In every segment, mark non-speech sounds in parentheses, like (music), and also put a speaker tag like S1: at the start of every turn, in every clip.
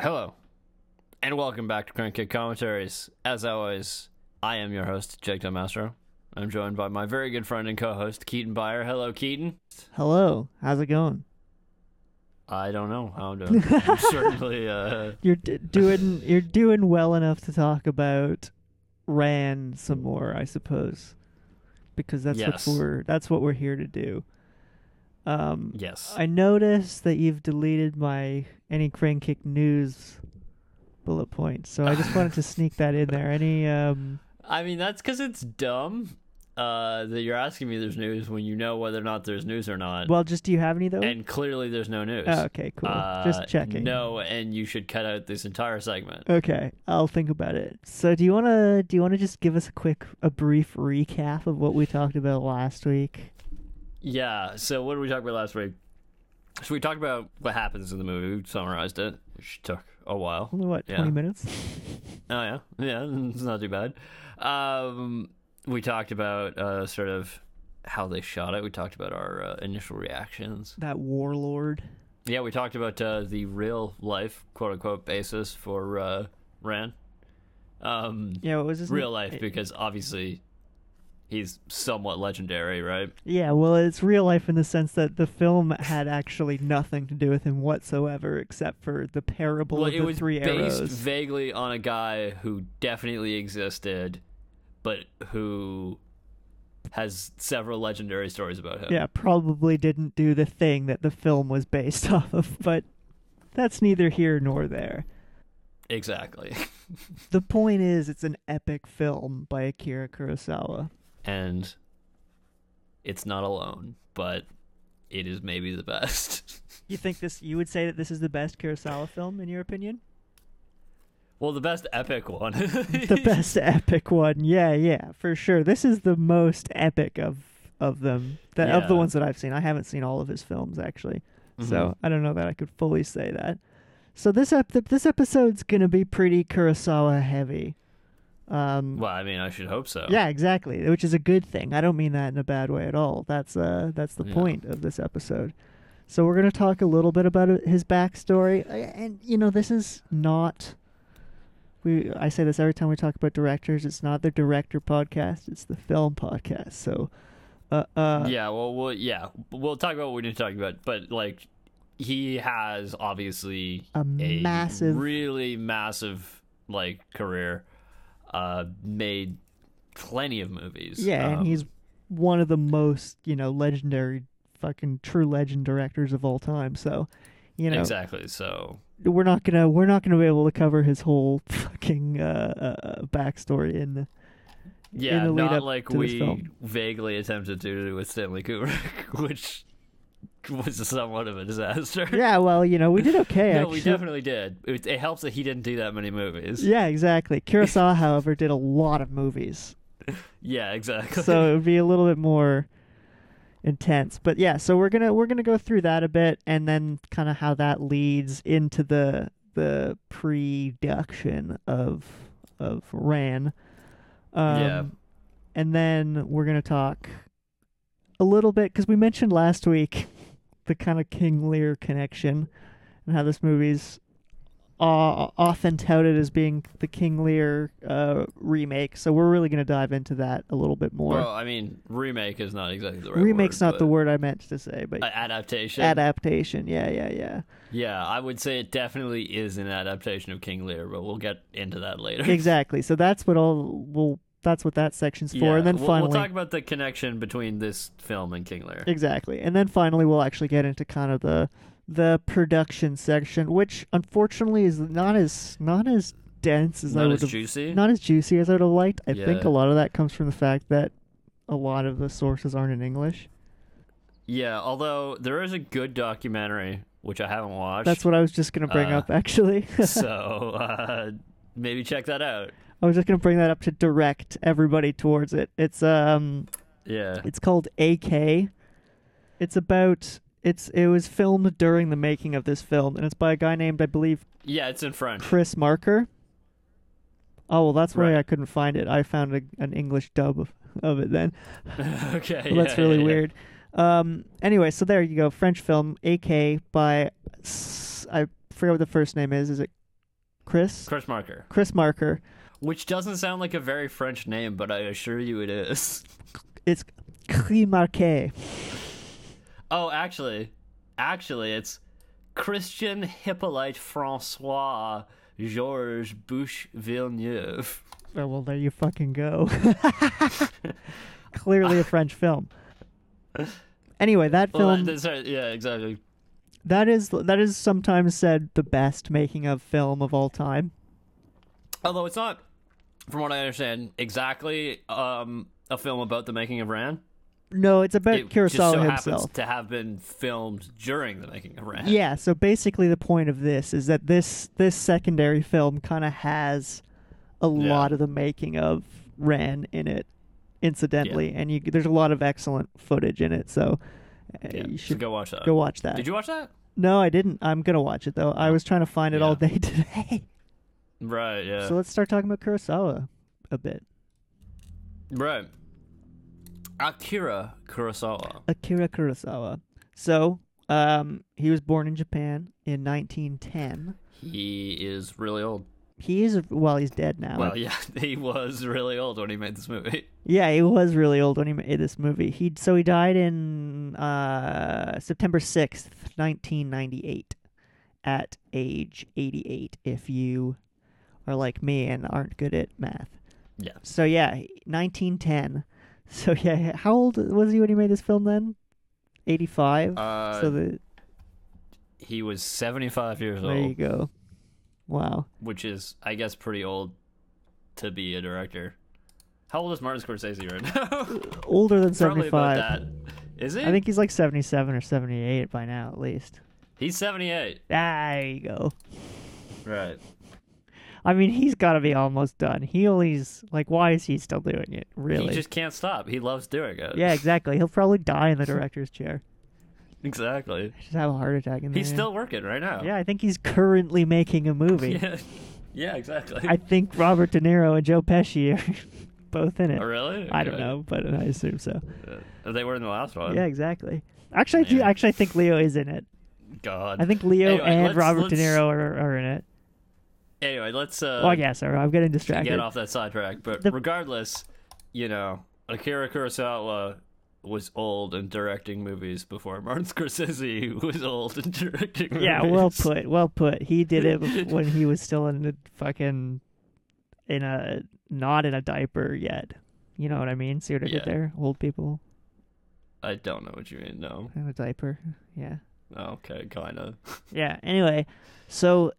S1: Hello, and welcome back to Crank Kid Commentaries. As always, I am your host, Jake Del Mastro. I'm joined by my very good friend and co-host, Keaton Byer. Hello, Keaton.
S2: Hello, how's it going?
S1: I don't know how I'm
S2: (laughs)
S1: doing. I'm certainly, uh,
S2: You're d-
S1: (laughs)
S2: doing you're doing well enough to talk about Ran some more, I suppose, because that's
S1: Yes.
S2: what we're that's what we're here to do. Um,
S1: yes.
S2: I noticed that you've deleted my any crane kick news bullet point, so I just wanted to sneak that in
S1: (laughs)
S2: there. Any um,
S1: I mean, that's because it's dumb uh, that you're asking me there's news when you know whether or not there's news or not,
S2: well, just do you have any though?
S1: and clearly there's no news.
S2: Oh, okay, cool.
S1: Uh,
S2: just checking.
S1: No, and you should cut out this entire segment.
S2: Okay, I'll think about it. So, do you want to do you want to just give us a quick a brief recap of what we talked about last week?
S1: Yeah. So what did we talk about last week? So we talked about what happens in the movie. We summarized it, which took a while.
S2: Only what,
S1: Yeah.
S2: 20 minutes?
S1: Oh yeah, yeah, it's not too bad. Um, we talked about uh, sort of how they shot it. We talked about our uh, initial reactions.
S2: That warlord.
S1: Yeah, we talked about uh, the real life quote unquote basis for uh, Ran. Um,
S2: Yeah, what was his
S1: real
S2: name?
S1: life
S2: Uh,
S1: because obviously he's somewhat legendary, right?
S2: Yeah, well, it's real life in the sense that the film had actually nothing to do with him whatsoever except for the parable
S1: well,
S2: of
S1: it
S2: the
S1: was
S2: three
S1: based
S2: arrows.
S1: vaguely on a guy who definitely existed, but who has several legendary stories about him.
S2: yeah, probably didn't do the thing that the film was based (laughs) off of, but that's neither here nor there.
S1: exactly.
S2: The point is, it's an epic film by Akira Kurosawa.
S1: And it's not alone, but it is maybe the best. (laughs)
S2: You think this? You would say that this is the best Kurosawa film in your opinion?
S1: well, the best epic one. (laughs)
S2: the best epic one. Yeah, yeah, for sure. This is the most epic of of them. The, Of the
S1: Yeah.
S2: ones that I've seen, I haven't seen all of his films actually, so
S1: Mhm.
S2: I don't know that I could fully say that. So this ep- this episode's gonna be pretty Kurosawa heavy. Um,
S1: Mm-hmm. Well, I mean, I should hope so.
S2: yeah, exactly. Which is a good thing. I don't mean that in a bad way at all. That's uh, that's the
S1: Yeah.
S2: point of this episode. So we're gonna talk a little bit about it- his backstory, I- and you know, this is not. We I say this every time we talk about directors. It's not the director podcast. It's the film podcast. So, uh, uh
S1: yeah, well, we'll yeah, we'll talk about what we need to talk about, but like he has obviously
S2: A massive-
S1: really massive like career. Uh, made plenty of movies.
S2: yeah,
S1: Um,
S2: and he's one of the most you know legendary, fucking true legend directors of all time. So, you know,
S1: exactly. So
S2: we're not gonna we're not gonna be able to cover his whole (laughs) fucking uh, uh, uh, backstory in the
S1: yeah,
S2: in the lead
S1: not
S2: up
S1: like
S2: to this
S1: we
S2: film.
S1: vaguely attempted to do with Stanley Kubrick, (laughs) which was somewhat of a disaster.
S2: yeah. Well, you know, we did
S1: (laughs)
S2: okay.
S1: no,
S2: actually.
S1: we definitely did. It, it helps that he didn't do that many movies.
S2: Yeah, exactly. Kurosawa, however, did a lot of
S1: (laughs)
S2: movies,
S1: Yeah, exactly.
S2: so it would be a little bit more intense. But yeah, so we're gonna we're gonna go through that a bit, and then kind of how that leads into the the production of of Ran. Um,
S1: Yeah.
S2: and then we're gonna talk a little bit because we mentioned last week the kind of King Lear connection and how this movie's uh, often touted as being the King Lear uh, remake. So we're really gonna dive into that a little bit more.
S1: Well, I mean, remake is not exactly the right
S2: Remake's
S1: word,
S2: not the
S1: but-
S2: word I meant to say, but
S1: Uh, adaptation.
S2: adaptation. Yeah,
S1: (laughs)
S2: yeah, yeah.
S1: yeah, I would say it definitely is an adaptation of King Lear, but we'll get into that later.
S2: exactly. So that's what all we'll. That's what that section's for,
S1: Yeah,
S2: and then
S1: we'll,
S2: finally,
S1: we'll talk about the connection between this film and King Lear.
S2: Exactly. And then finally we'll actually get into kind of the the production section, which unfortunately is not as not as dense as I
S1: not
S2: would
S1: as
S2: have
S1: juicy.
S2: not as juicy as I would have liked. I think
S1: Yeah.
S2: a lot of that comes from the fact that a lot of the sources aren't in English.
S1: yeah, although there is a good documentary which I haven't watched. (laughs)
S2: That's what I was just gonna bring
S1: Uh,
S2: up (laughs) actually.
S1: so uh, maybe check that out.
S2: I was just gonna bring that up to direct everybody towards it. It's um
S1: Yeah,
S2: It's called AK. It's about it's it was filmed during the making of this film, and it's by a guy named I believe
S1: yeah, it's in French. (laughs)
S2: Chris Marker. Oh well, that's why
S1: Right.
S2: I couldn't find it. I found a, an English dub of, of it then.
S1: okay,
S2: Well,
S1: (laughs)
S2: that's
S1: yeah,
S2: really
S1: yeah, yeah.
S2: weird. Um, anyway, so there you go. French film AK by S- I forget what the first name is. Is it Chris
S1: Chris Marker,
S2: Chris Marker.
S1: which doesn't sound like a very French name, but I assure you it is. (laughs)
S2: It's Chris Marquet.
S1: Oh, actually, actually, it's Christian Hippolyte Francois Georges Bouche Villeneuve.
S2: Oh, well, there you fucking go. (laughs) Clearly a French film. Anyway, that
S1: Well,
S2: film
S1: that- that's right, yeah, exactly.
S2: that is that is sometimes said the best making of film of all time.
S1: Although it's not, from what I understand, exactly um, a film about the making of Ran.
S2: No, it's about
S1: It
S2: Kurosawa
S1: just so
S2: himself.
S1: happens to have been filmed during the making of Ran.
S2: (laughs) Yeah, so basically the point of this is that this this secondary film kind of has a
S1: Yeah.
S2: lot of the making of Ren in it, incidentally, and you there's a lot of excellent footage in it. So uh,
S1: Yeah,
S2: you
S1: so
S2: should go,
S1: go watch that.
S2: watch that.
S1: Did you watch that?
S2: No, I didn't. I'm gonna watch it though. I was trying to find it all
S1: Yeah.
S2: day (laughs) today.
S1: Right. Yeah.
S2: So let's start talking about Kurosawa a bit.
S1: right. Akira Kurosawa.
S2: Akira Kurosawa. So, um, he was born in Japan in 1910.
S1: He is really old.
S2: He is well, he's dead now.
S1: Well, yeah, (laughs) he was really old when he made this movie.
S2: Yeah, he was really old when he made this movie. He so he died in uh, September sixth, nineteen ninety eight, at age eighty eight. If you are like me and aren't good at math,
S1: Yeah.
S2: So yeah, nineteen ten. (laughs) So yeah, how old was he when he made this film? Then eighty five.
S1: Uh,
S2: (laughs) so the,
S1: he was 75 years
S2: there you
S1: old,
S2: go. Wow.
S1: which is, I guess, pretty old to be a director. How old is Martin Scorsese right now? (laughs)
S2: Older than
S1: Probably
S2: seventy
S1: about
S2: five.
S1: that. Is he?
S2: I think he's like seventy seven or seventy eight by now, at least.
S1: he's 78.
S2: Ah, there you go.
S1: Right.
S2: I mean, he's got to be almost done. He always like, why is he still doing it?
S1: He
S2: Really?
S1: just uh, can't stop. He loves doing it.
S2: yeah, exactly. He'll probably die in the director's chair.
S1: (laughs) exactly.
S2: Just have a heart attack. In
S1: He's
S2: there.
S1: still working right now.
S2: Yeah, I think he's currently making a movie.
S1: Yeah. (laughs) Yeah, exactly.
S2: I think Robert De Niro and Joe Pesci are (laughs) both in
S1: (laughs)
S2: it.
S1: Oh, really?
S2: I don't
S1: Okay.
S2: know, but I assume so.
S1: Uh, They were in the last one.
S2: yeah, exactly. Actually, I do,
S1: Yeah.
S2: actually, I think Leo is in it.
S1: God.
S2: I think Leo
S1: Anyway,
S2: and
S1: let's-
S2: Robert De
S1: let's-
S2: Niro are, are in it.
S1: Anyway, let's uh,
S2: oh yeah, sorry, I'm getting
S1: to
S2: distracted.
S1: get off that sidetrack. But
S2: The-
S1: regardless, you know, Akira Kurosawa was old and directing movies before Martin (laughs) Scorsese was old and (laughs) directing movies.
S2: Yeah, well put, well put. He did it bef- when he was still in the fucking in a not in a diaper yet. You know what I mean? See what I
S1: Yeah.
S2: did there? Old people
S1: I don't know what you mean. No.
S2: in a diaper. Yeah.
S1: Okay, kind of.
S2: Yeah. Anyway, so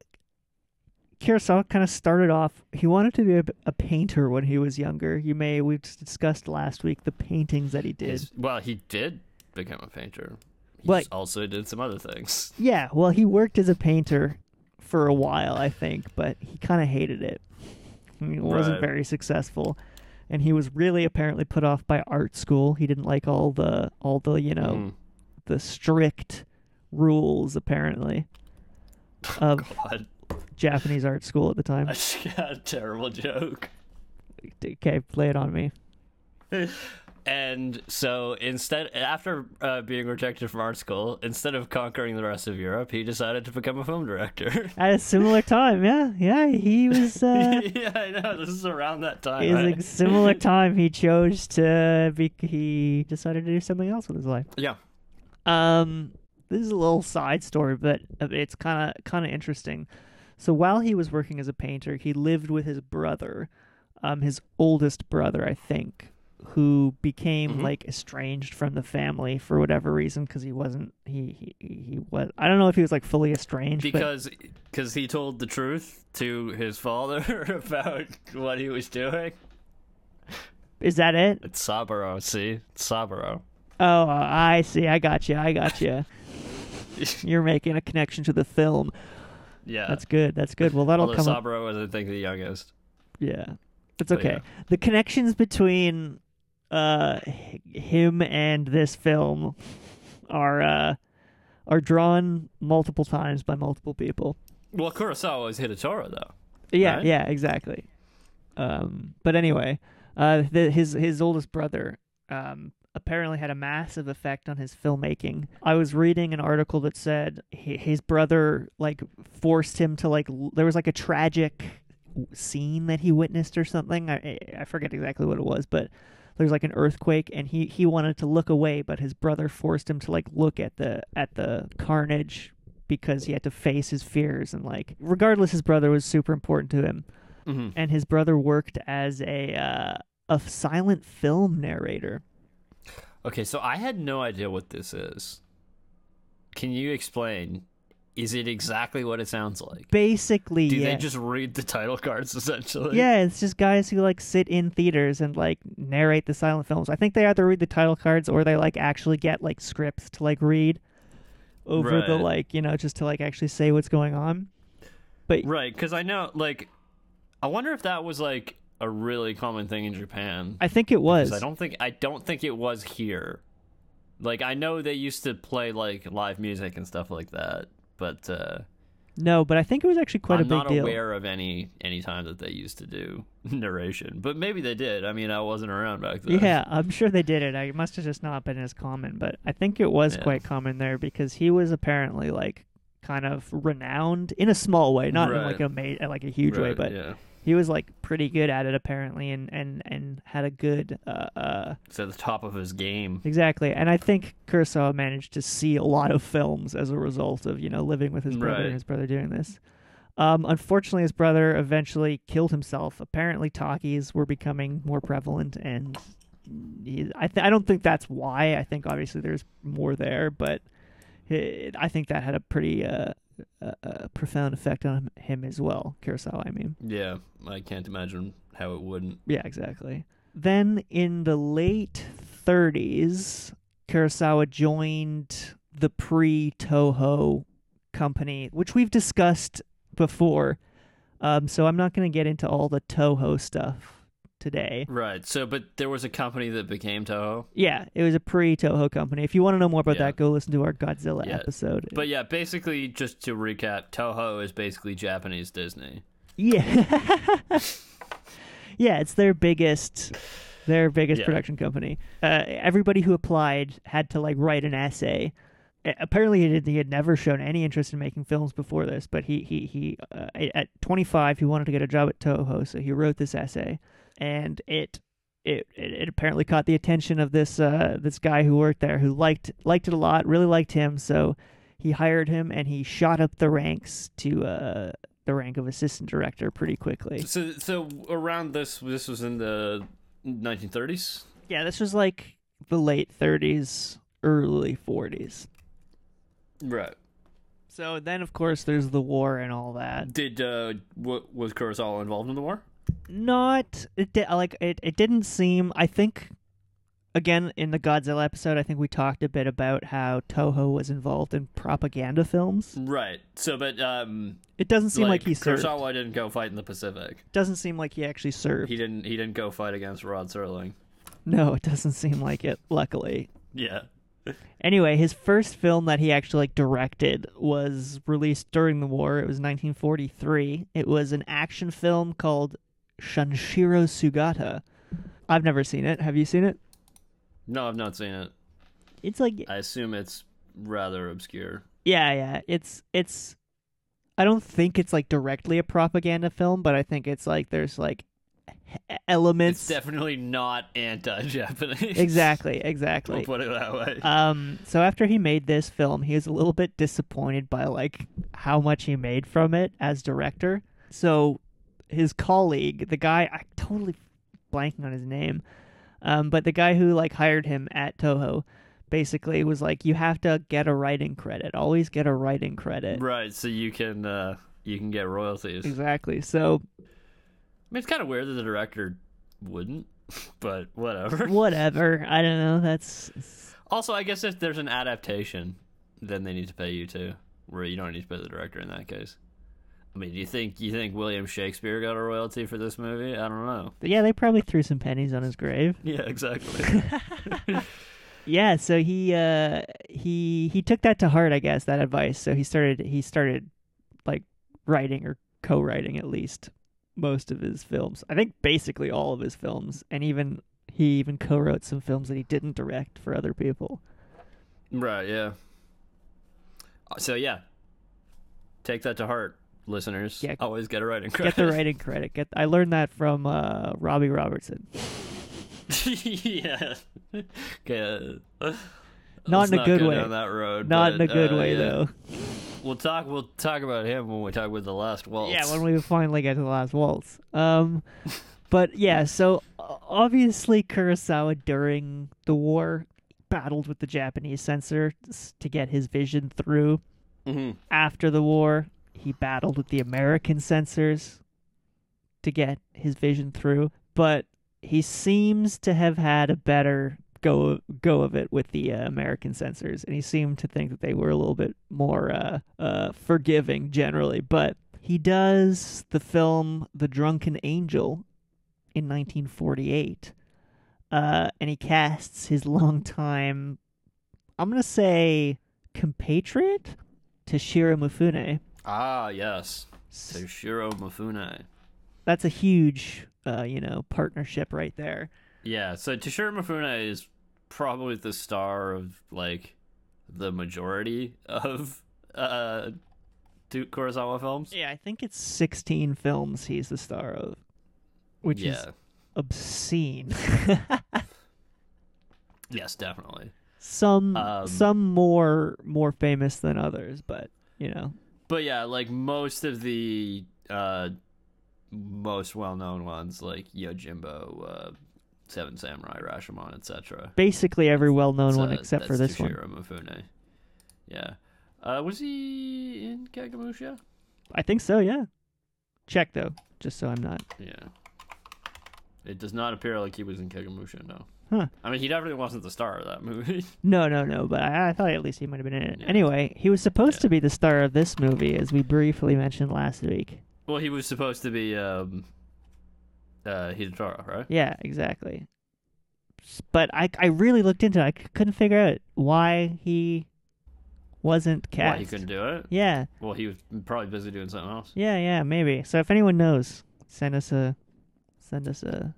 S2: Kurosawa kind of started off. He wanted to be a, a painter when he was younger. You may we discussed last week the paintings that he did.
S1: Well, he did become a painter. He
S2: But-
S1: just also did some other things. (laughs)
S2: Yeah. Well, he worked as a painter for a while, I think, but he kind of hated it. I mean, it wasn't
S1: Right.
S2: very successful, and he was really apparently put off by art school. He didn't like all the all the you know
S1: Mm.
S2: the strict rules apparently of
S1: (laughs) God,
S2: Japanese art school at the time.
S1: I just got a (laughs) terrible joke.
S2: Okay, play it on me.
S1: And so instead, after uh, being rejected from art school, instead of conquering the rest of Europe, he decided to become a film director. (laughs)
S2: At a similar time, yeah, yeah, he was. Uh,
S1: yeah, I know. This is around that time.
S2: it was
S1: right?
S2: a similar time he chose to be. He decided to do something else with his life.
S1: yeah.
S2: Um, this is a little side story, but uh, it's kind of kind of interesting. So while he was working as a painter, he lived with his brother, um, his oldest brother, I think, who became
S1: Mhm.
S2: like estranged from the family for whatever reason because he wasn't he, he he was I don't know if he was like fully estranged, but
S1: Because cause he told the truth to his father (laughs) about what he was doing.
S2: is that it?
S1: It's Saburo, see? It's Saburo.
S2: Oh, I see. I got you. I
S1: (laughs)
S2: got you. You're making a connection to the film.
S1: Yeah.
S2: That's good. That's good. Well, that'll
S1: Uh, Although
S2: come up.
S1: Saburo was, I think, the youngest.
S2: Yeah, it's
S1: But
S2: okay. The connections between uh h- him and this film are uh are drawn multiple times by multiple people.
S1: Well, Kurosawa was Hitatora, though.
S2: Yeah,
S1: Right?
S2: yeah, exactly. Um, but anyway, uh, the, his his oldest brother um, apparently had a massive effect on his filmmaking. I was reading an article that said hi- his brother like forced him to like l- there was like a tragic scene that he witnessed or something. I I- I forget exactly what it was, but there's like an earthquake and he he wanted to look away, but his brother forced him to like look at the at the carnage because he had to face his fears and like regardless his brother was super important to him
S1: hmm
S2: and his brother worked as a uh, a silent film narrator.
S1: Okay, so I had no idea what this is. Can you explain? Is it exactly what it sounds like?
S2: Basically,
S1: Do
S2: yeah.
S1: they just read the title cards (laughs) essentially?
S2: yeah, it's just guys who like sit in theaters and like narrate the silent films. I think they either read the title cards or they like actually get like scripts to like read over the
S1: Right.
S2: like, you know, just to like actually say what's going on. But
S1: Right, because I know, like, I wonder if that was like a really common thing in Japan.
S2: I think it
S1: 'Cause
S2: was.
S1: I don't think I don't think it was here. Like, I know they used to play like live music and stuff like that, but uh,
S2: No, but I think it was actually quite
S1: I'm
S2: a big
S1: not
S2: deal.
S1: aware of any any time that they used to do (laughs) narration. But maybe they did. I mean, I wasn't around back then.
S2: (laughs) Yeah, I'm sure they did it. I it must have just not been as common, but I think it was
S1: Yeah.
S2: quite common there because he was apparently like kind of renowned in a small way, not in like
S1: Right.
S2: a ma- uh, like a huge way,
S1: Right,
S2: but
S1: yeah.
S2: he was like pretty good at it apparently, and and and had a good uh, uh
S1: It's at the top of his game.
S2: exactly. And I think Kurosawa managed to see a lot of films as a result of you know living with his brother
S1: Right.
S2: and his brother doing this. Um, unfortunately, his brother eventually killed himself. Apparently, talkies were becoming more prevalent, and he, I, th- I don't think that's why. I think obviously there's more there, but it, I think that had a pretty uh, uh, uh, profound effect on him as well. Kurosawa, I mean.
S1: Yeah, I can't imagine how it wouldn't.
S2: Yeah, exactly. Then in the late 30s, Kurosawa joined the pre Toho company, which we've discussed before. Um, so I'm not going to get into all the Toho stuff today.
S1: Right. So, but there was a company that became Toho.
S2: Yeah, it was a pre Toho company. If you want to know more about
S1: Yeah.
S2: that, go listen to our Godzilla
S1: Yeah.
S2: episode.
S1: But yeah, basically, just to recap, Toho is basically Japanese Disney.
S2: Yeah. (laughs) yeah, it's their biggest their biggest
S1: Yeah.
S2: production company. Uh, everybody who applied had to like write an essay. A- Apparently, he, did, he had never shown any interest in making films before this, but he he he uh, at 25 he wanted to get a job at Toho, so he wrote this essay, and it it, it, it apparently caught the attention of this uh, this guy who worked there who liked liked it a lot, really liked him. So he hired him and he shot up the ranks to uh, the rank of assistant director pretty quickly.
S1: So, so around this, this was in the 1930s.
S2: Yeah, this was like the late 30s, early 40s.
S1: Right.
S2: So then, of course, there's the war and all that.
S1: Did uh, what was Kurosawa involved in the war?
S2: Not it di- like it. It didn't seem. I think again in the Godzilla episode, I think we talked a bit about how Toho was involved in propaganda films.
S1: Right. So, but um,
S2: It doesn't seem like, he served.
S1: Kurosawa didn't go fight in the Pacific.
S2: Doesn't seem like he actually served.
S1: He didn't. He didn't go fight against Rod Serling.
S2: No, it doesn't seem like it. Luckily,
S1: Yeah.
S2: Anyway, his first film that he actually like directed was released during the war. It was 1943. It was an action film called Shanshiro Sugata. I've never seen it. Have you seen it?
S1: No, I've not seen it.
S2: It's like
S1: I assume it's rather obscure.
S2: yeah, yeah. It's it's I don't think it's like directly a propaganda film, but I think it's like there's like h-
S1: It's,
S2: elements
S1: definitely not anti-Japanese.
S2: Exactly,
S1: (laughs) We'll
S2: exactly.
S1: put it that way.
S2: Um, so after he made this film, he was a little bit disappointed by like how much he made from it as director. So his colleague, the guy, I totally blanking on his name, um, but the guy who like hired him at Toho, basically was like, you have to get a writing credit. Always get a writing credit.
S1: right. So you can uh, you can get royalties.
S2: Exactly. So
S1: I mean, it's kind of weird that the director wouldn't, (laughs) but whatever.
S2: whatever. I don't know. That's
S1: Also, I guess if there's an adaptation, then they need to pay you too. Where you don't need to pay the director in that case. I mean, do you think you think William Shakespeare got a royalty for this movie? I don't know.
S2: but yeah. They probably threw some pennies on his grave.
S1: (laughs) Yeah, (laughs) exactly.
S2: Yeah, so he uh he he took that to heart, I guess, that advice. So he started he started like writing or co-writing at least most of his films. I think basically all of his films and even he He even co-wrote some films that he didn't direct for other people.
S1: Right, yeah. Uh, So yeah. Take that to heart, listeners.
S2: Yeah.
S1: Always get a writing
S2: Get
S1: credit. (laughs)
S2: the writing credit. Get I learned that from uh, Robbie Robertson.
S1: (laughs) yeah. (laughs) Okay. uh,
S2: Not
S1: let's
S2: in a good
S1: go
S2: way.
S1: Down that road.
S2: Not in a
S1: but,
S2: good
S1: uh,
S2: way
S1: yeah.
S2: though.
S1: We'll talk. We'll talk about him when we talk about the last waltz.
S2: Yeah, when we finally get to the last waltz. Um, but yeah, so o- obviously Kurosawa during the war battled with the Japanese censor s- to get his vision through.
S1: Mhm.
S2: After the war, he battled with the American censors to get his vision through. But he seems to have had a better go go of it with the uh, American censors, and he seemed to think that they were a little bit more uh, uh, forgiving generally. But he does the film The Drunken Angel in 1948, uh, and he casts his (laughs) longtime, I'm gonna say, compatriot Toshiro Mifune.
S1: Ah, yes. Toshiro Mifune.
S2: That's a huge, uh, you know, partnership right there.
S1: Yeah, so Toshiro Mifune is probably the star of like the majority of uh two Kurosawa films.
S2: Yeah, I think it's 16 films he's the star of, which
S1: yeah.
S2: is obscene. (laughs)
S1: Yes, definitely.
S2: some
S1: Um,
S2: some more more famous than others, but you know,
S1: But yeah, like most of the uh most well-known ones like Yojimbo, uh Seven Samurai, Rashomon, etc.
S2: basically every well-known one
S1: So
S2: except for
S1: that's
S2: this one.
S1: Toshiro Mifune. Yeah. Uh, was he in Kagamusha?
S2: I think so, yeah. Check though, just so I'm not.
S1: Yeah. It does not appear like he was in Kegamusha, no.
S2: Huh.
S1: I mean, he definitely wasn't the star of that movie. (laughs)
S2: No, no, no, but I, I thought at least he might have been in it.
S1: Yeah.
S2: Anyway, he was supposed
S1: Yeah.
S2: to be the star of this movie as we briefly mentioned last week.
S1: well, he was supposed to be um, uh, Hidetaro, right?
S2: Yeah, exactly. S- But I I really looked into it. I c- couldn't figure out why he wasn't cast.
S1: Why he couldn't do it?
S2: yeah,
S1: Well, he was probably busy doing something else.
S2: yeah, yeah, maybe. So if anyone knows, send us a send us a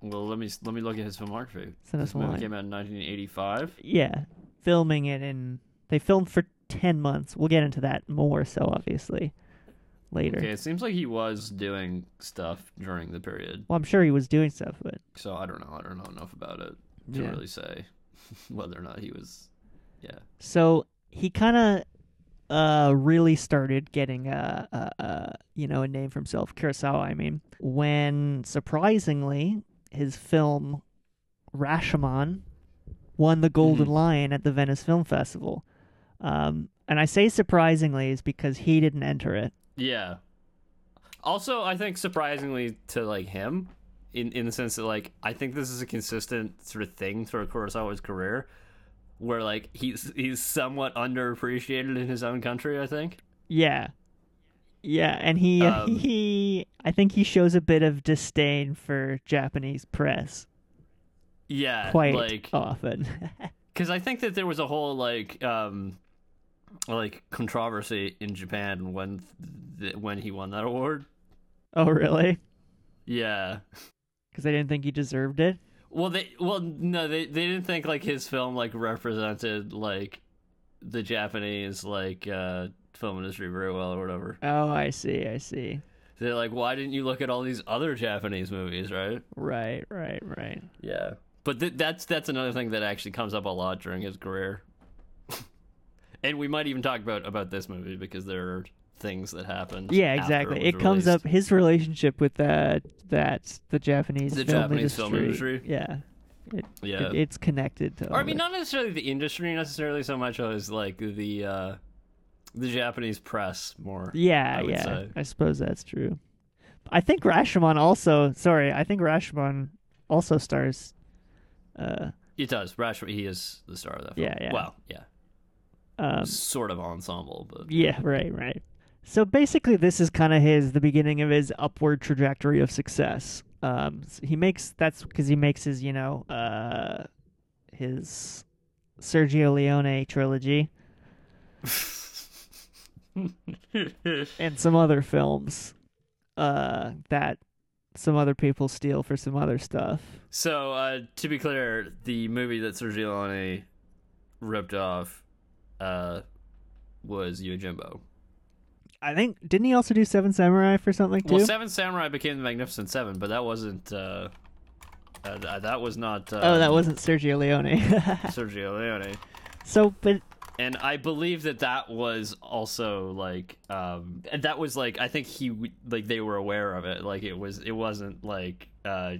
S1: Well, let me let me look at his filmography.
S2: send us
S1: This
S2: a
S1: movie
S2: line.
S1: came out in 1985.
S2: Yeah, filming it in they filmed for 10 months. We'll get into that more so obviously later.
S1: Okay, it seems like he was doing stuff during the period.
S2: Well, I'm sure he was doing stuff, but
S1: So I don't know. I don't know enough about it to
S2: Yeah.
S1: really say (laughs) whether or not he was. Yeah.
S2: So he kind of uh, really started getting a, uh uh you know a name for himself, Kurosawa. I mean, when surprisingly his film Rashomon won the Golden
S1: Mhm.
S2: Lion at the Venice Film Festival, um, and I say surprisingly is because he didn't enter it.
S1: Yeah. Also, I think surprisingly to like him, in in the sense that like I think this is a consistent sort of thing throughout Kurosawa's career, where like he's he's somewhat underappreciated in his own country. I think.
S2: Yeah. Yeah, and he (laughs)
S1: Um,
S2: he I think he shows a bit of disdain for Japanese press
S1: Yeah.
S2: quite
S1: Uh,
S2: Oh.
S1: Like
S2: often. (laughs)
S1: because I think that there was a whole like um like controversy in Japan when th- when he won that award.
S2: oh, really?
S1: Yeah.
S2: because I didn't think he deserved it.
S1: Well, they well no they they didn't think like his film like represented like the Japanese like uh film industry very well or whatever.
S2: Oh, I see, I see.
S1: They're like, why didn't you look at all these other Japanese movies, right?
S2: Right, right, right.
S1: Yeah, but th- that's that's another thing that actually comes up a lot during his career, (laughs) and we might even talk about about this movie because there are things that happen.
S2: Yeah,
S1: after
S2: exactly.
S1: was
S2: It, comes
S1: released.
S2: up his relationship with that that the Japanese
S1: The
S2: film
S1: Japanese
S2: industry.
S1: film industry.
S2: Yeah,
S1: Yeah,
S2: It, it's connected to.
S1: or I
S2: all
S1: mean,
S2: that.
S1: not necessarily the industry necessarily so much as like the uh the Japanese press more.
S2: yeah,
S1: I would
S2: yeah.
S1: say.
S2: I suppose that's true. I think Rashomon also. Sorry, I think Rashomon also stars. Uh,
S1: It does. Rashomon, he is the star of that film.
S2: Yeah, yeah.
S1: Well, yeah.
S2: um,
S1: Sort of ensemble, but
S2: Yeah, right, right. So basically, this is kind of his the beginning of his upward trajectory of success. Um, s- he makes that's because he makes his you know uh, his Sergio Leone
S1: (laughs)
S2: trilogy and some other films uh, that some other people steal for some other stuff.
S1: So, uh, to be clear, the movie that Sergio Leone ripped off uh, was Yojimbo.
S2: I think didn't he also do Seven Samurai for something too?
S1: Well, Seven Samurai became the Magnificent Seven, but that wasn't. Uh, uh, th- that was not. Uh,
S2: oh, that wasn't Sergio Leone. (laughs)
S1: Sergio Leone.
S2: so, but
S1: And I believe that that was also like, um, and that was like, I think he w- like they were aware of it. Like it was, it wasn't like uh,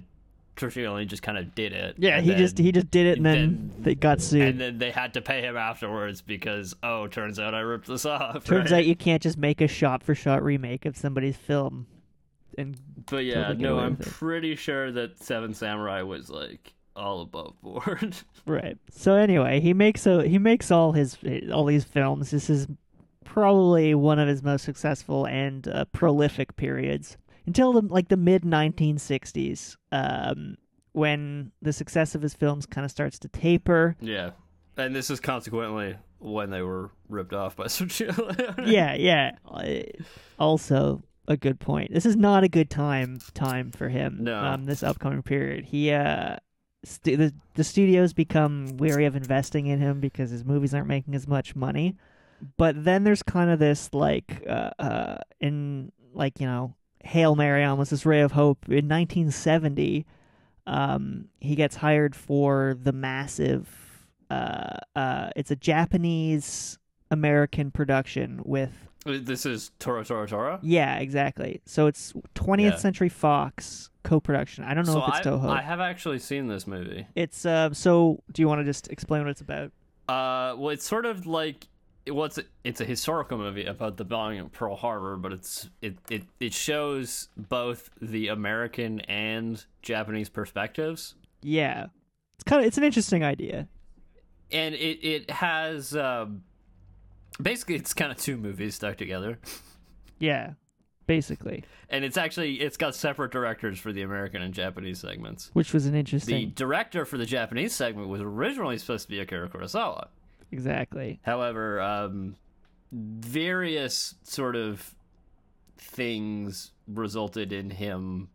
S1: Sergio Leone just kind of did it.
S2: yeah,
S1: and
S2: he
S1: then-
S2: just he just did it, and then,
S1: then-
S2: they got sued.
S1: and then they had to pay him afterwards because oh, turns out I ripped this off.
S2: Turns
S1: right?
S2: out you can't just make a shot-for-shot remake of somebody's film. And
S1: But yeah,
S2: Totally get
S1: no,
S2: away
S1: I'm
S2: with it.
S1: pretty sure that Seven Samurai was like all above board. (laughs)
S2: right. So anyway, he makes a he makes all his all these films. This is probably one of his most successful and uh, prolific periods until the, like the mid 1960s, um, when the success of his films kind of starts to
S1: (laughs)
S2: taper.
S1: yeah, and this is consequently when they were ripped off by (laughs) Sergio Leone.
S2: yeah, yeah. Uh, Also, a good point. This is not a good time time for him.
S1: No.
S2: Um, this upcoming period, he uh, stu- the the studios become weary of investing in him because his movies aren't making as much money. But then there's kind of this like uh, uh in like you know hail mary almost this ray of hope in 1970. Um, he gets hired for the massive. Uh, uh, it's a Japanese American production with
S1: This is Toro Toro Toro.
S2: yeah, exactly. So it's 20th
S1: Yeah.
S2: Century Fox co-production. I don't know
S1: so
S2: if it's
S1: I,
S2: Toho.
S1: I have actually seen this movie.
S2: It's uh, so. Do you want to just explain what it's about?
S1: Uh, well, it's sort of like well, it's a, it's a historical movie about the bombing of Pearl Harbor, but it's it, it it shows both the American and Japanese perspectives.
S2: Yeah, it's kind of it's an interesting idea.
S1: and it it has um, basically it's kind of two movies stuck together,
S2: Yeah, basically,
S1: and it's actually it's got separate directors for the American and Japanese segments.
S2: which was an
S1: The
S2: interesting
S1: director for the Japanese segment was originally supposed to be Akira Kurosawa.
S2: exactly.
S1: However, um, various sort of things resulted in him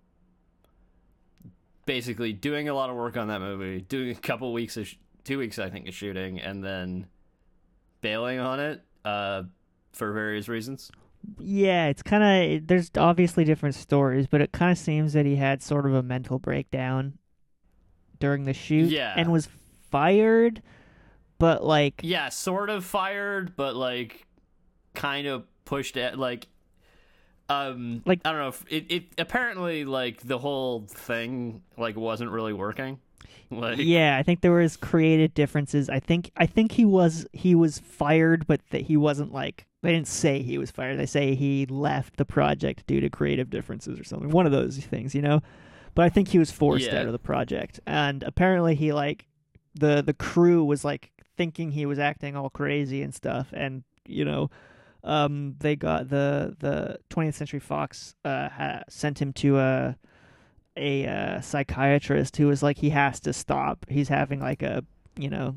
S1: basically doing a lot of work on that movie, doing a couple weeks, of sh- two weeks, I think, of shooting, and then bailing on it uh, for various reasons.
S2: Yeah, it's kind of there's obviously different stories, but it kind of seems that he had sort of a mental breakdown during the shoot
S1: Yeah.
S2: and was fired. But like,
S1: Yeah, sort of fired, but like kind of pushed at like. Um,
S2: Like-
S1: like I don't know. If it, it apparently like the whole thing like wasn't really working. Like,
S2: yeah, I think there was creative differences. I think I think he was he was fired, but that he wasn't like they didn't say he was fired. They say he left the project due to creative differences or something. One of those things, you know. But I think he was forced
S1: Yeah.
S2: out of the project, and apparently he like the the crew was like thinking he was acting all crazy and stuff, and you know. Um, they got the the 20th Century Fox uh ha- sent him to a a uh, psychiatrist who was like he has to stop. He's having like a you know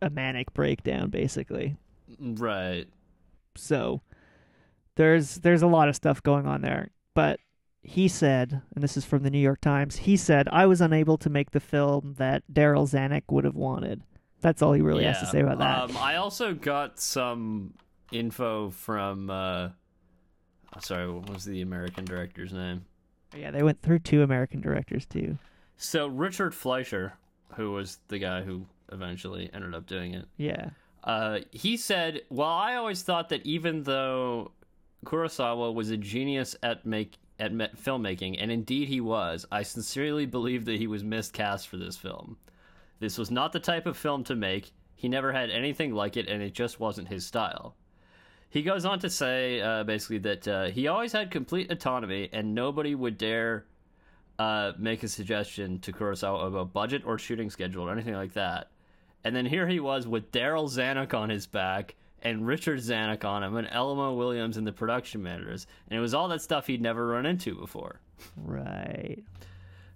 S2: a manic breakdown basically.
S1: Right.
S2: So there's there's a lot of stuff going on there. But he said, and this is from the New York Times, he said, I was unable to make the film that Daryl Zanuck would have wanted. That's all he really has to say about that.
S1: Um, I also got some info from. Uh, I'm sorry, what was the American director's name?
S2: yeah, they went through two American directors too.
S1: So Richard Fleischer, who was the guy who eventually ended up doing it,
S2: Yeah.
S1: uh, he said, "Well, I always thought that even though Kurosawa was a genius at make." At me- filmmaking, and indeed he was. I sincerely believe that he was miscast for this film. This was not the type of film to make. He never had anything like it, and it just wasn't his style. He goes on to say uh, basically that uh, he always had complete autonomy, and nobody would dare uh, make a suggestion to Kurosawa about budget or shooting schedule or anything like that. And then here he was with Daryl Zanuck on his back and Richard Zanuck on him and Elmo Williams and the production managers, and it was all that stuff he'd never run into before.
S2: Right.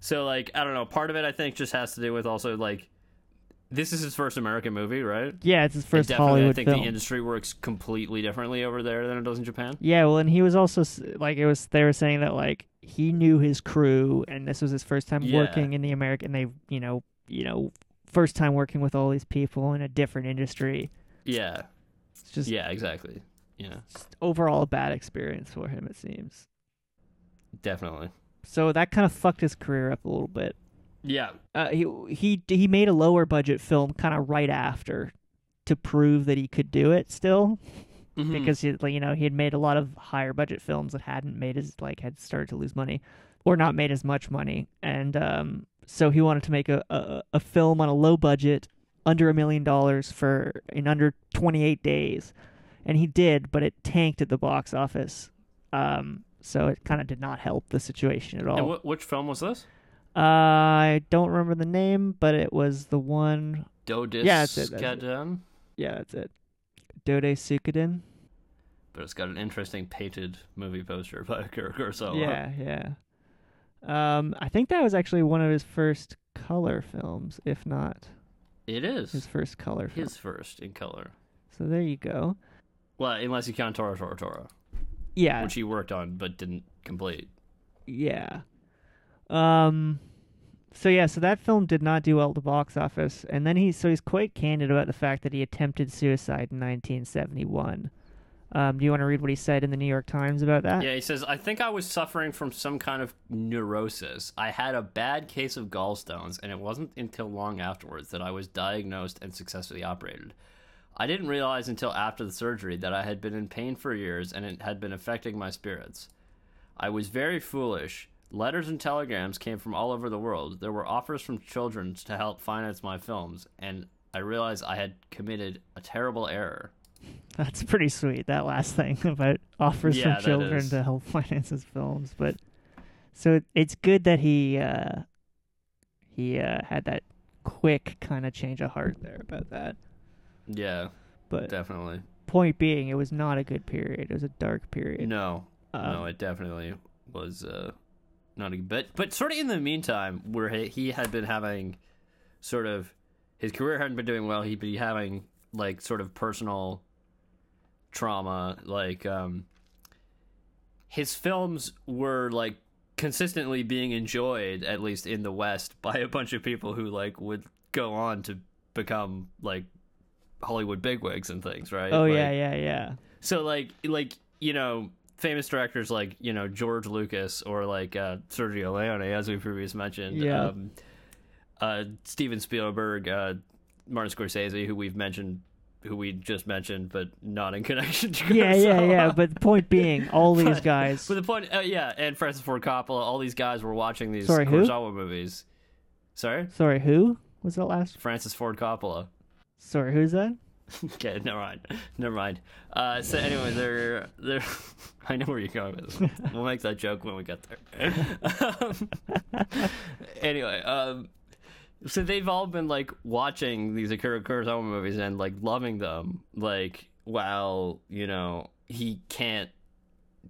S1: So like I don't know, part of it I think just has to do with also like This is his first American movie, right?
S2: Yeah, it's his first
S1: Definitely,
S2: Hollywood
S1: I think
S2: film.
S1: the industry works completely differently over there than it does in Japan.
S2: yeah, well, and he was also s- like it was. They were saying that like he knew his crew, and this was his first time
S1: Yeah.
S2: working in the American. They, you know, you know, first time working with all these people in a different industry.
S1: Yeah,
S2: It's just
S1: yeah, exactly. Yeah,
S2: just overall a bad experience for him. It seems.
S1: definitely.
S2: So that kind of fucked his career up a little bit.
S1: Yeah,
S2: Uh, he he he made a lower budget film kind of right after to prove that he could do it still
S1: Mhm.
S2: because he, like, you know he had made a lot of higher budget films that hadn't made as like had started to lose money or not made as much money and um so he wanted to make a a, a film on a low budget under a million dollars for in under 28 days and he did but it tanked at the box office um so it kind of did not help the situation at all
S1: And wh- which film was this?
S2: uh, I don't remember the name, but it was the one.
S1: Dodis
S2: Yeah, that's it, that's it.
S1: Gadan?
S2: Yeah, that's it. Dode Sukadin.
S1: but it's got an interesting painted movie poster by Akira Kurosawa.
S2: yeah, yeah. Um, I think that was actually one of his first color films, if not
S1: it is
S2: his
S1: his,
S2: first color film.
S1: first in color.
S2: So there you go.
S1: Well, unless you count Toro Toro Toro,
S2: Yeah,
S1: which he worked on but didn't complete.
S2: yeah. Um, so yeah, so that film did not do well at the box office, and then he so he's quite candid about the fact that he attempted suicide in 1971. Um, do you want to read what he said in the New York Times about that?
S1: Yeah, he says, I think I was suffering from some kind of neurosis. I had a bad case of gallstones, and it wasn't until long afterwards that I was diagnosed and successfully operated. I didn't realize until after the surgery that I had been in pain for years and it had been affecting my spirits. I was very foolish. Letters and telegrams came from all over the world. There were offers from children to help finance my films, and I realized I had committed a terrible error.
S2: That's pretty sweet. That last thing (laughs) about offers
S1: Yeah, that
S2: from children
S1: is.
S2: to help (laughs) finance his films, but so it, it's good that he uh, he uh, had that quick kind of change of heart there about that.
S1: Yeah,
S2: But
S1: definitely.
S2: point being, it was not a good period. It was a dark period.
S1: No,
S2: Um,
S1: no, it definitely was uh, not a but but sort of in the meantime, where he, he had been having sort of his career hadn't been doing well. He'd be having like sort of personal trauma. Like um, his films were like consistently being enjoyed, at least in the West, (laughs) by a bunch of people who like would go on to become like Hollywood bigwigs and things, right?
S2: oh
S1: Like,
S2: yeah,
S1: (laughs)
S2: yeah, yeah.
S1: so like like you know famous directors like you know George Lucas or like uh, Sergio Leone as we previously mentioned.
S2: Yeah.
S1: Um, uh, Steven Spielberg, uh, Martin Scorsese, who we've mentioned, who we just mentioned, but not in (laughs) connection to
S2: Yeah, yeah,
S1: Kurosawa. (laughs)
S2: yeah. But the point being, all these
S1: But-
S2: guys.
S1: But the point, uh, yeah, and Francis Ford Coppola, all these guys were watching these
S2: Sorry, who?
S1: Kurosawa movies. Sorry,
S2: Sorry, who was that last?
S1: Francis Ford Coppola.
S2: Sorry, who's that?
S1: Okay, never mind. Never mind. Uh, so anyway, they're they're. (laughs) I know where you're going with this. We'll make that joke when we get there. um, (laughs) anyway, um, so they've all been like watching these Akira Kurosawa movies and like loving them, like while you know he can't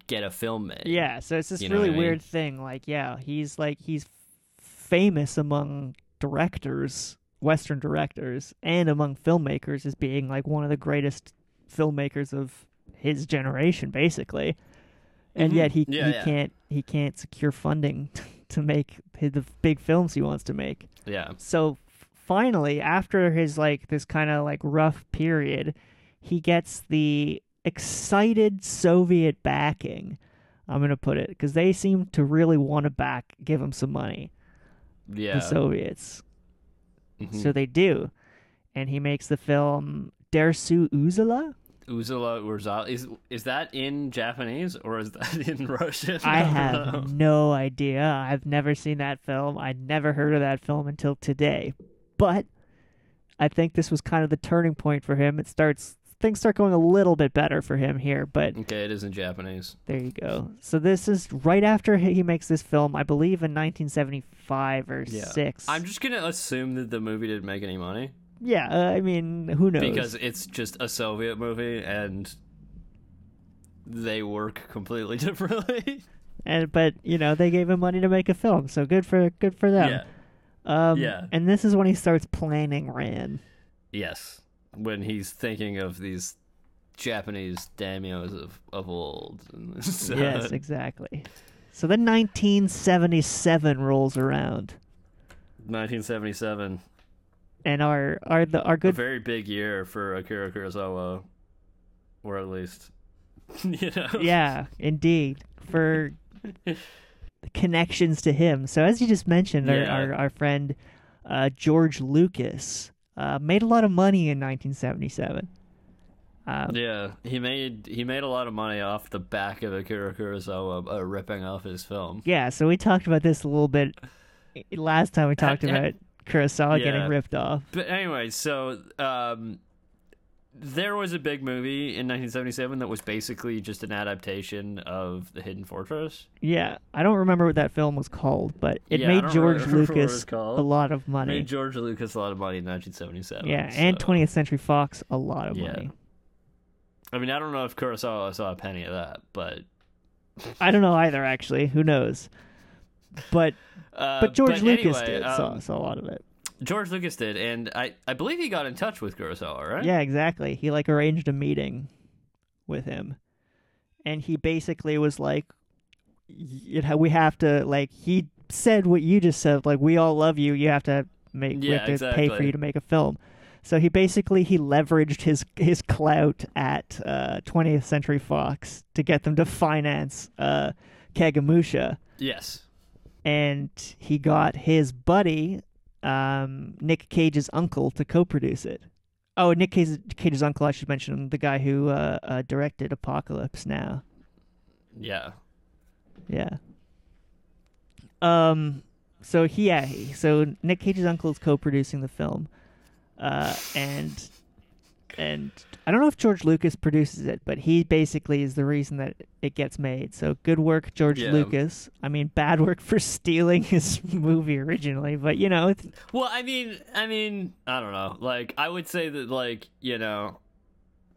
S1: get a film made.
S2: Yeah, so it's this
S1: You know
S2: really
S1: what I mean?
S2: weird thing. Like, yeah, he's like he's famous among directors, Western directors, and among filmmakers as being like one of the greatest filmmakers of his generation, basically. And
S1: Mhm.
S2: yet he
S1: Yeah,
S2: he
S1: yeah.
S2: can't he can't secure funding (laughs) to make his, the big films he wants to make
S1: yeah,
S2: so f- finally after his like this kind of like rough period he gets the excited soviet backing i'm gonna put it because they seem to really want to back give him some money
S1: yeah.
S2: the soviets
S1: Mhm.
S2: so they do and he makes the film der su uzala
S1: Uzula Urzawa is is that in Japanese or is that (laughs) in Russian?
S2: i
S1: don't know.
S2: have no idea i've never seen that film i never heard of that film until today but I think this was kind of the turning point for him. It starts things start going a little bit better for him here,
S1: (laughs)
S2: but
S1: Okay, it is in Japanese.
S2: there you go. So this is right after he he makes this film, I believe in 1975 or
S1: Yeah.
S2: 6.
S1: I'm just gonna assume that the movie didn't make any money
S2: yeah, uh, I mean, who knows?
S1: because it's just a Soviet movie and they work completely (laughs) differently.
S2: and but, you know, they gave him money to make a film, so good for good for them. Um,
S1: Yeah.
S2: And this is when he starts planning Ran.
S1: Yes, when he's thinking of these Japanese daimyos of, of old. (laughs) And uh, so-
S2: Yes, exactly. So then 1977 rolls around,
S1: 1977,
S2: and our our the our
S1: a (laughs)
S2: good
S1: very big year for Akira Kurosawa, or at least, (laughs) you know.
S2: yeah, indeed
S1: (laughs)
S2: for the connections to him. So as you just mentioned,
S1: Yeah.
S2: our, our our friend uh, George Lucas uh, made a lot of money in 1977. Um,
S1: Yeah, he made he made a lot of money off the back of Akira Kurosawa uh, ripping off his film.
S2: Yeah, so we talked about this a little bit eh,
S1: (laughs)
S2: last time we talked
S1: ha-
S2: about Kurosawa
S1: Yeah.
S2: getting ripped off.
S1: But anyway, so um, there was a big movie in 1977 that was basically just an adaptation of The Hidden Fortress.
S2: Yeah, I don't remember what that film was called, but it
S1: Yeah, I
S2: made
S1: don't
S2: George
S1: remember (laughs) what it was
S2: Lucas
S1: called.
S2: a lot of
S1: It
S2: money.
S1: made George Lucas a lot of money in 1977.
S2: yeah, and
S1: Um, so-
S2: 20th Century Fox a lot of
S1: Yeah.
S2: money.
S1: I mean, I don't know if Kurosawa saw a penny of that, but
S2: I don't know either, actually. Who knows? But
S1: uh,
S2: but George Lucas
S1: anyway,
S2: did
S1: um,
S2: saw, saw a lot of it.
S1: George Lucas did, and I I believe he got in touch with Kurosawa, right?
S2: Yeah, exactly. He like arranged a meeting with him, and he basically was like, "It ha- we have to like." He said what you just said, like, "We all love you. You have to make. we
S1: Yeah,
S2: have to pay for
S1: exactly.
S2: you to make a film." So he basically he leveraged his his clout at uh, 20th Century Fox to get them to finance uh, Kagamusha
S1: Yes.
S2: and he got his buddy, um, Nick Cage's uncle, to co-produce it. Oh, Nick Cage's, Cage's uncle, I should mention, the guy who uh, uh, directed Apocalypse Now.
S1: Yeah.
S2: Yeah. Um. So he, yeah. he- So Nick Cage's uncle is co-producing the film, uh, and and I don't know if George Lucas produces it, but he basically is the reason that it gets made. So good work, George
S1: Yeah.
S2: Lucas. I mean, bad work for (laughs) stealing his movie originally, but you know, it's,
S1: Well, I mean, I mean, I don't know. Like, I would say that, like, you know,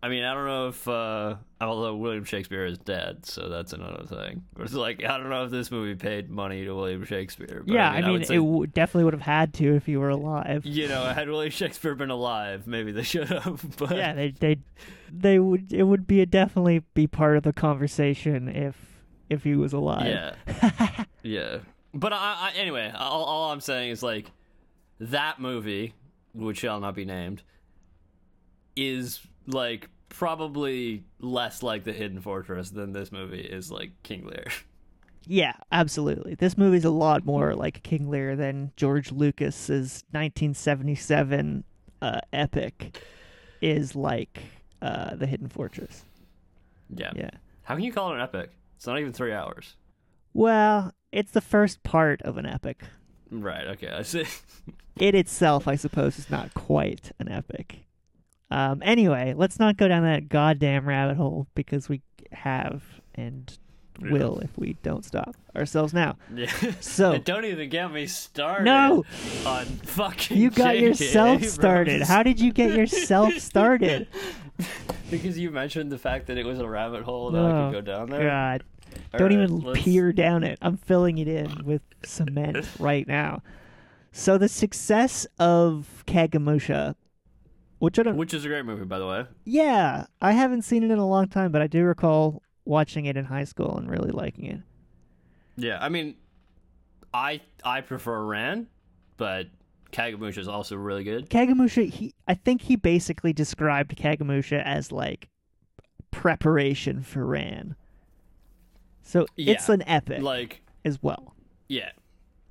S1: I mean, I don't know if, uh, although William Shakespeare is dead, so that's another thing. (laughs) It's like, I don't know if this movie paid money to William Shakespeare. But
S2: yeah.
S1: I mean, would
S2: it
S1: say,
S2: w- definitely would have had to if you were alive.
S1: you know, had William Shakespeare been alive, maybe they should have. (laughs) But
S2: (laughs) yeah, they they they would it would be definitely be part of the conversation if if he was alive.
S1: yeah, yeah. But I, I, anyway, all, all I'm saying is like that movie, which shall not be named, is like probably less like the Hidden Fortress than this movie is like King Lear. (laughs)
S2: Yeah, absolutely. This movie's a lot more like King Lear than George Lucas's 1977 uh, epic is like uh, The Hidden Fortress.
S1: Yeah.
S2: Yeah.
S1: How can you call it an epic? It's not even three hours.
S2: Well, it's the first part of an epic.
S1: Right. Okay. I see. (laughs)
S2: It itself, I suppose, is not quite an epic. Um, anyway, let's not go down that goddamn rabbit hole because we have and
S1: Yeah.
S2: will if we don't stop ourselves now.
S1: Yeah.
S2: So-
S1: And (laughs) don't even get me started.
S2: No!
S1: On fucking. (laughs)
S2: You got
S1: J.K.
S2: yourself
S1: Abrams.
S2: started. How did you get
S1: (laughs)
S2: yourself started?
S1: Because you mentioned the fact that it was a rabbit hole that I
S2: Oh,
S1: could go down there.
S2: God.
S1: All
S2: Don't
S1: right,
S2: even
S1: let's-
S2: peer down it. I'm filling it in with
S1: (laughs)
S2: cement right now. So the success of Kagamusha, which I don't,
S1: Which is a great movie, by the way.
S2: yeah, I haven't seen it in a long time, but I do recall watching it in high school and really liking it.
S1: Yeah, I mean, I I prefer Ran, but Kagamusha is also really good.
S2: Kagamusha, he, I think he basically described Kagamusha as like preparation for Ran. So it's
S1: Yeah,
S2: an epic
S1: Like,
S2: as well.
S1: yeah,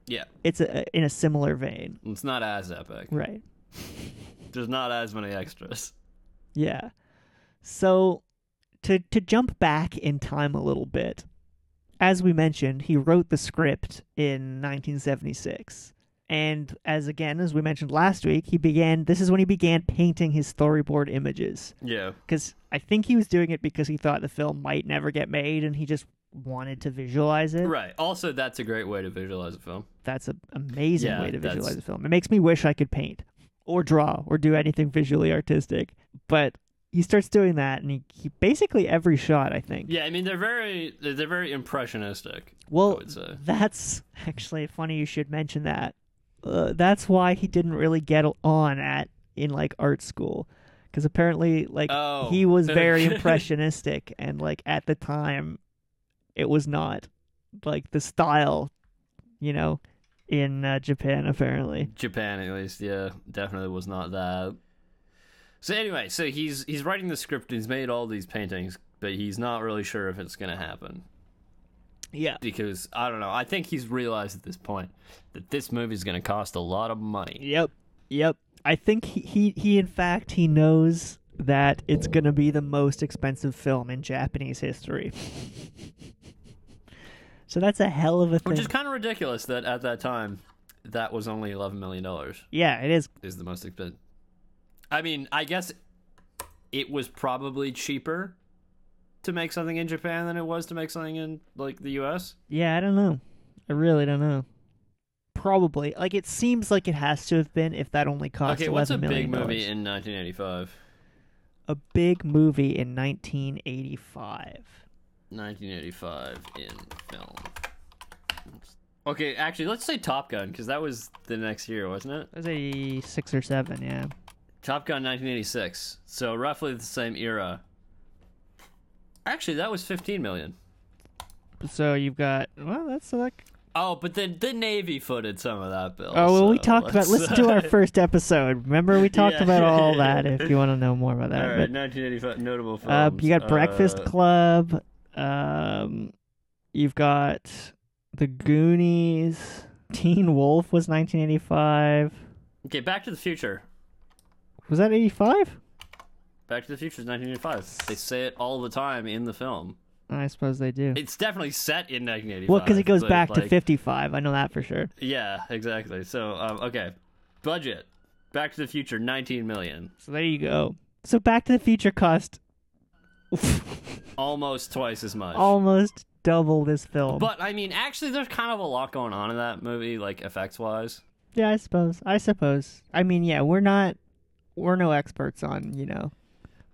S1: yeah,
S2: It's a, in a similar vein,
S1: it's not as epic.
S2: right?
S1: There's not as many extras.
S2: Yeah. So to to jump back in time a little bit, as we mentioned, he wrote the script in 1976. And as again as we mentioned last week, he began this is when he began painting his storyboard images
S1: Yeah,
S2: cuz I think he was doing it because he thought the film might never get made and he just wanted to visualize it.
S1: right. Also, that's a great way to visualize a film.
S2: That's an amazing
S1: Yeah,
S2: way to
S1: that's-
S2: visualize a film. It makes me wish I could paint or draw or do anything visually artistic. But he starts doing that, and he, he basically every shot, I think.
S1: Yeah, I mean they're very they're they're very impressionistic. I
S2: well,
S1: would say.
S2: (laughs) that's actually funny you should mention that uh, that's why he didn't really get on at in like art school because apparently like
S1: Oh,
S2: he
S1: (laughs)
S2: was very
S1: okay.
S2: impressionistic and like at the time it was not like the style you know in uh, japan apparently
S1: Japan, at least, yeah, definitely was not that. So anyway, so he's he's writing the script. He's made all these paintings, but he's not really sure if it's gonna happen
S2: yeah
S1: because I don't know. I think he's realized at this point that this movie's gonna cost a lot of money.
S2: Yep. Yep. I think he, he, he in fact he knows that it's gonna be the most expensive film in Japanese history. so that's a hell of a thing.
S1: Which is kind of ridiculous that at that time, that was only eleven million dollars.
S2: Yeah, it is.
S1: Is the most expensive. I mean, I guess it was probably cheaper to make something in Japan than it was to make something in like the U.S.
S2: Yeah, I don't know. I really don't know. Probably. Like it seems like it has to have been if that only cost
S1: Okay, what's a
S2: eleven
S1: big
S2: million
S1: movie
S2: dollars.
S1: in 1985?
S2: A big movie in nineteen eighty five.
S1: 1985 in film. Okay, actually, let's say Top Gun because that was the next year, wasn't it?
S2: That was eighty six or seven, yeah.
S1: Top Gun 1986. So roughly the same era. Actually, that was 15 million.
S2: So you've got well, that's like
S1: Oh, but the the Navy footed some of that bill.
S2: Oh well, we
S1: so
S2: talked about. Let's do
S1: (laughs)
S2: our first episode. Remember, we talked
S1: Yeah.
S2: about
S1: (laughs)
S2: all that. If you want to know more about
S1: All
S2: that,
S1: right, 1985 notable
S2: but uh,
S1: films.
S2: you got Breakfast
S1: Uh,
S2: Club. Um, you've got The Goonies. Teen Wolf was 1985.
S1: Okay, Back to the Future.
S2: Was that 85?
S1: Back to the Future is 1985. They say it all the time in the film.
S2: I suppose they do.
S1: It's definitely set in 1985.
S2: Well, because it goes
S1: but,
S2: back to
S1: like,
S2: 55. I know that for sure.
S1: Yeah, exactly. So, um, okay, budget. Back to the Future, 19 million,
S2: So there you go. So Back to the Future cost
S1: almost twice as much.
S2: almost double this film.
S1: But I mean, actually, there's kind of a lot going on in that movie, like effects wise.
S2: Yeah, I suppose. I suppose. I mean, yeah, we're not we're no experts on, you know.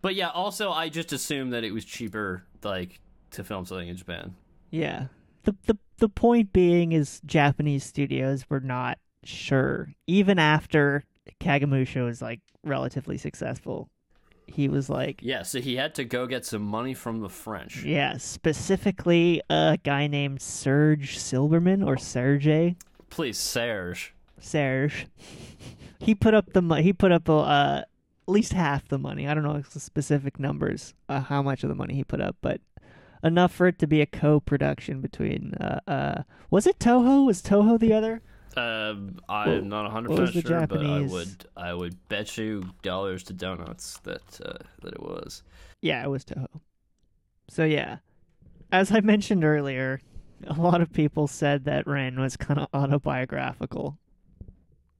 S1: But yeah, also, I just assumed that it was cheaper, like, to film something in Japan.
S2: Yeah. The the the point being is Japanese studios were not sure even after Kagamusha was like relatively successful. He was like,
S1: Yeah, so he had to go get some money from the French.
S2: yeah, specifically a guy named Serge Silberman or Sergey
S1: Please, Serge.
S2: Serge. (laughs) he put up the mo- he put up uh, at least half the money. I don't know the specific numbers, uh, how much of the money he put up, but enough for it to be a co-production between. Uh, uh, was it Toho? Was Toho the other?
S1: Um,
S2: What-
S1: I'm not 100
S2: what was
S1: percent
S2: the
S1: sure, but I
S2: Japanese-
S1: would I would bet you dollars to donuts that uh, that it was.
S2: Yeah, it was Toho. So yeah, as I mentioned earlier, a lot of people said that Ren was kind of autobiographical.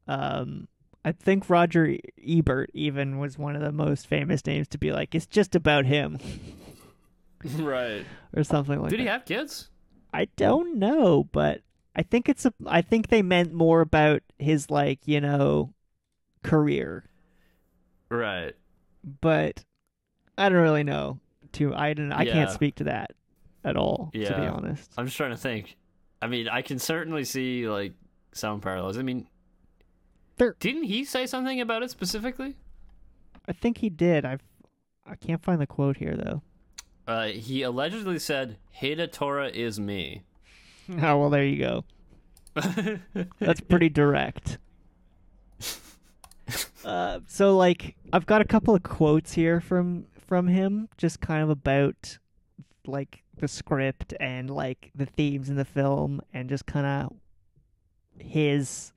S2: Um, I think Roger Ebert even was one of the most famous names to be like, it's just about him
S1: (laughs)
S2: (laughs)
S1: right.
S2: or something like
S1: Did
S2: that.
S1: he have kids?
S2: I don't know, but I think it's a. I think they meant more about his like you know career,
S1: Right.
S2: but I don't really know. Too, I don't. I
S1: Yeah.
S2: can't speak to that at all. To be
S1: Yeah.
S2: honest.
S1: I'm just trying to think. I mean, I can certainly see like some parallels. I mean,
S2: There-
S1: didn't he say something about it specifically?
S2: I think he did. I've I can't find the quote here though.
S1: Uh, he allegedly said, "Hida Torah is me." (laughs)
S2: Oh well, there you go. That's pretty direct. Uh, so like I've got a couple of quotes here from from him, just kind of about like the script and like the themes in the film, and just kind of his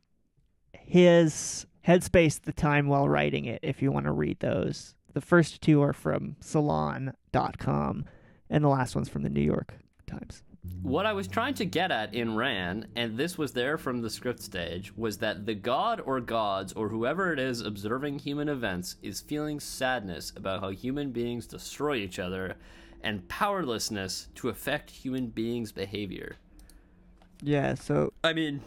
S2: his headspace at the time while writing it. If you want to read those, the first two are from Salon.com, and the last one's from the New York Times.
S1: What I was trying to get at in Ran, and this was there from the script stage, was that the god or gods or whoever it is observing human events is feeling sadness about how human beings destroy each other and powerlessness to affect human beings' behavior.
S2: Yeah. So
S1: I mean,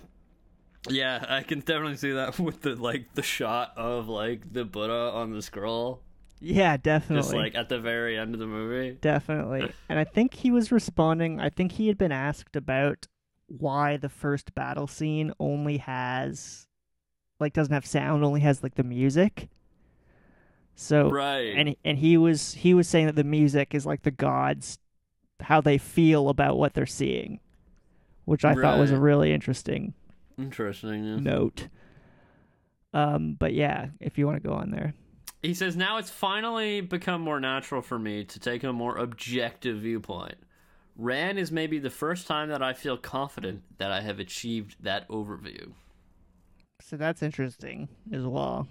S1: yeah, I can definitely see that (laughs) with the like the shot of like the Buddha on the scroll,
S2: yeah, definitely.
S1: just like at the very end of the movie.
S2: Definitely. And I think he was responding, I think he had been asked about why the first battle scene only has like doesn't have sound, only has like the music. So
S1: Right.
S2: Oh, and and he was he was saying that the music is like the gods how they feel about what they're seeing, which I thought was a
S1: Right.
S2: really interesting
S1: Interesting. yeah.
S2: note. Um but yeah, if you want to go on there.
S1: He says now it's finally become more natural for me to take a more objective viewpoint. Ran is maybe the first time that I feel confident that I have achieved that overview.
S2: So that's interesting as well.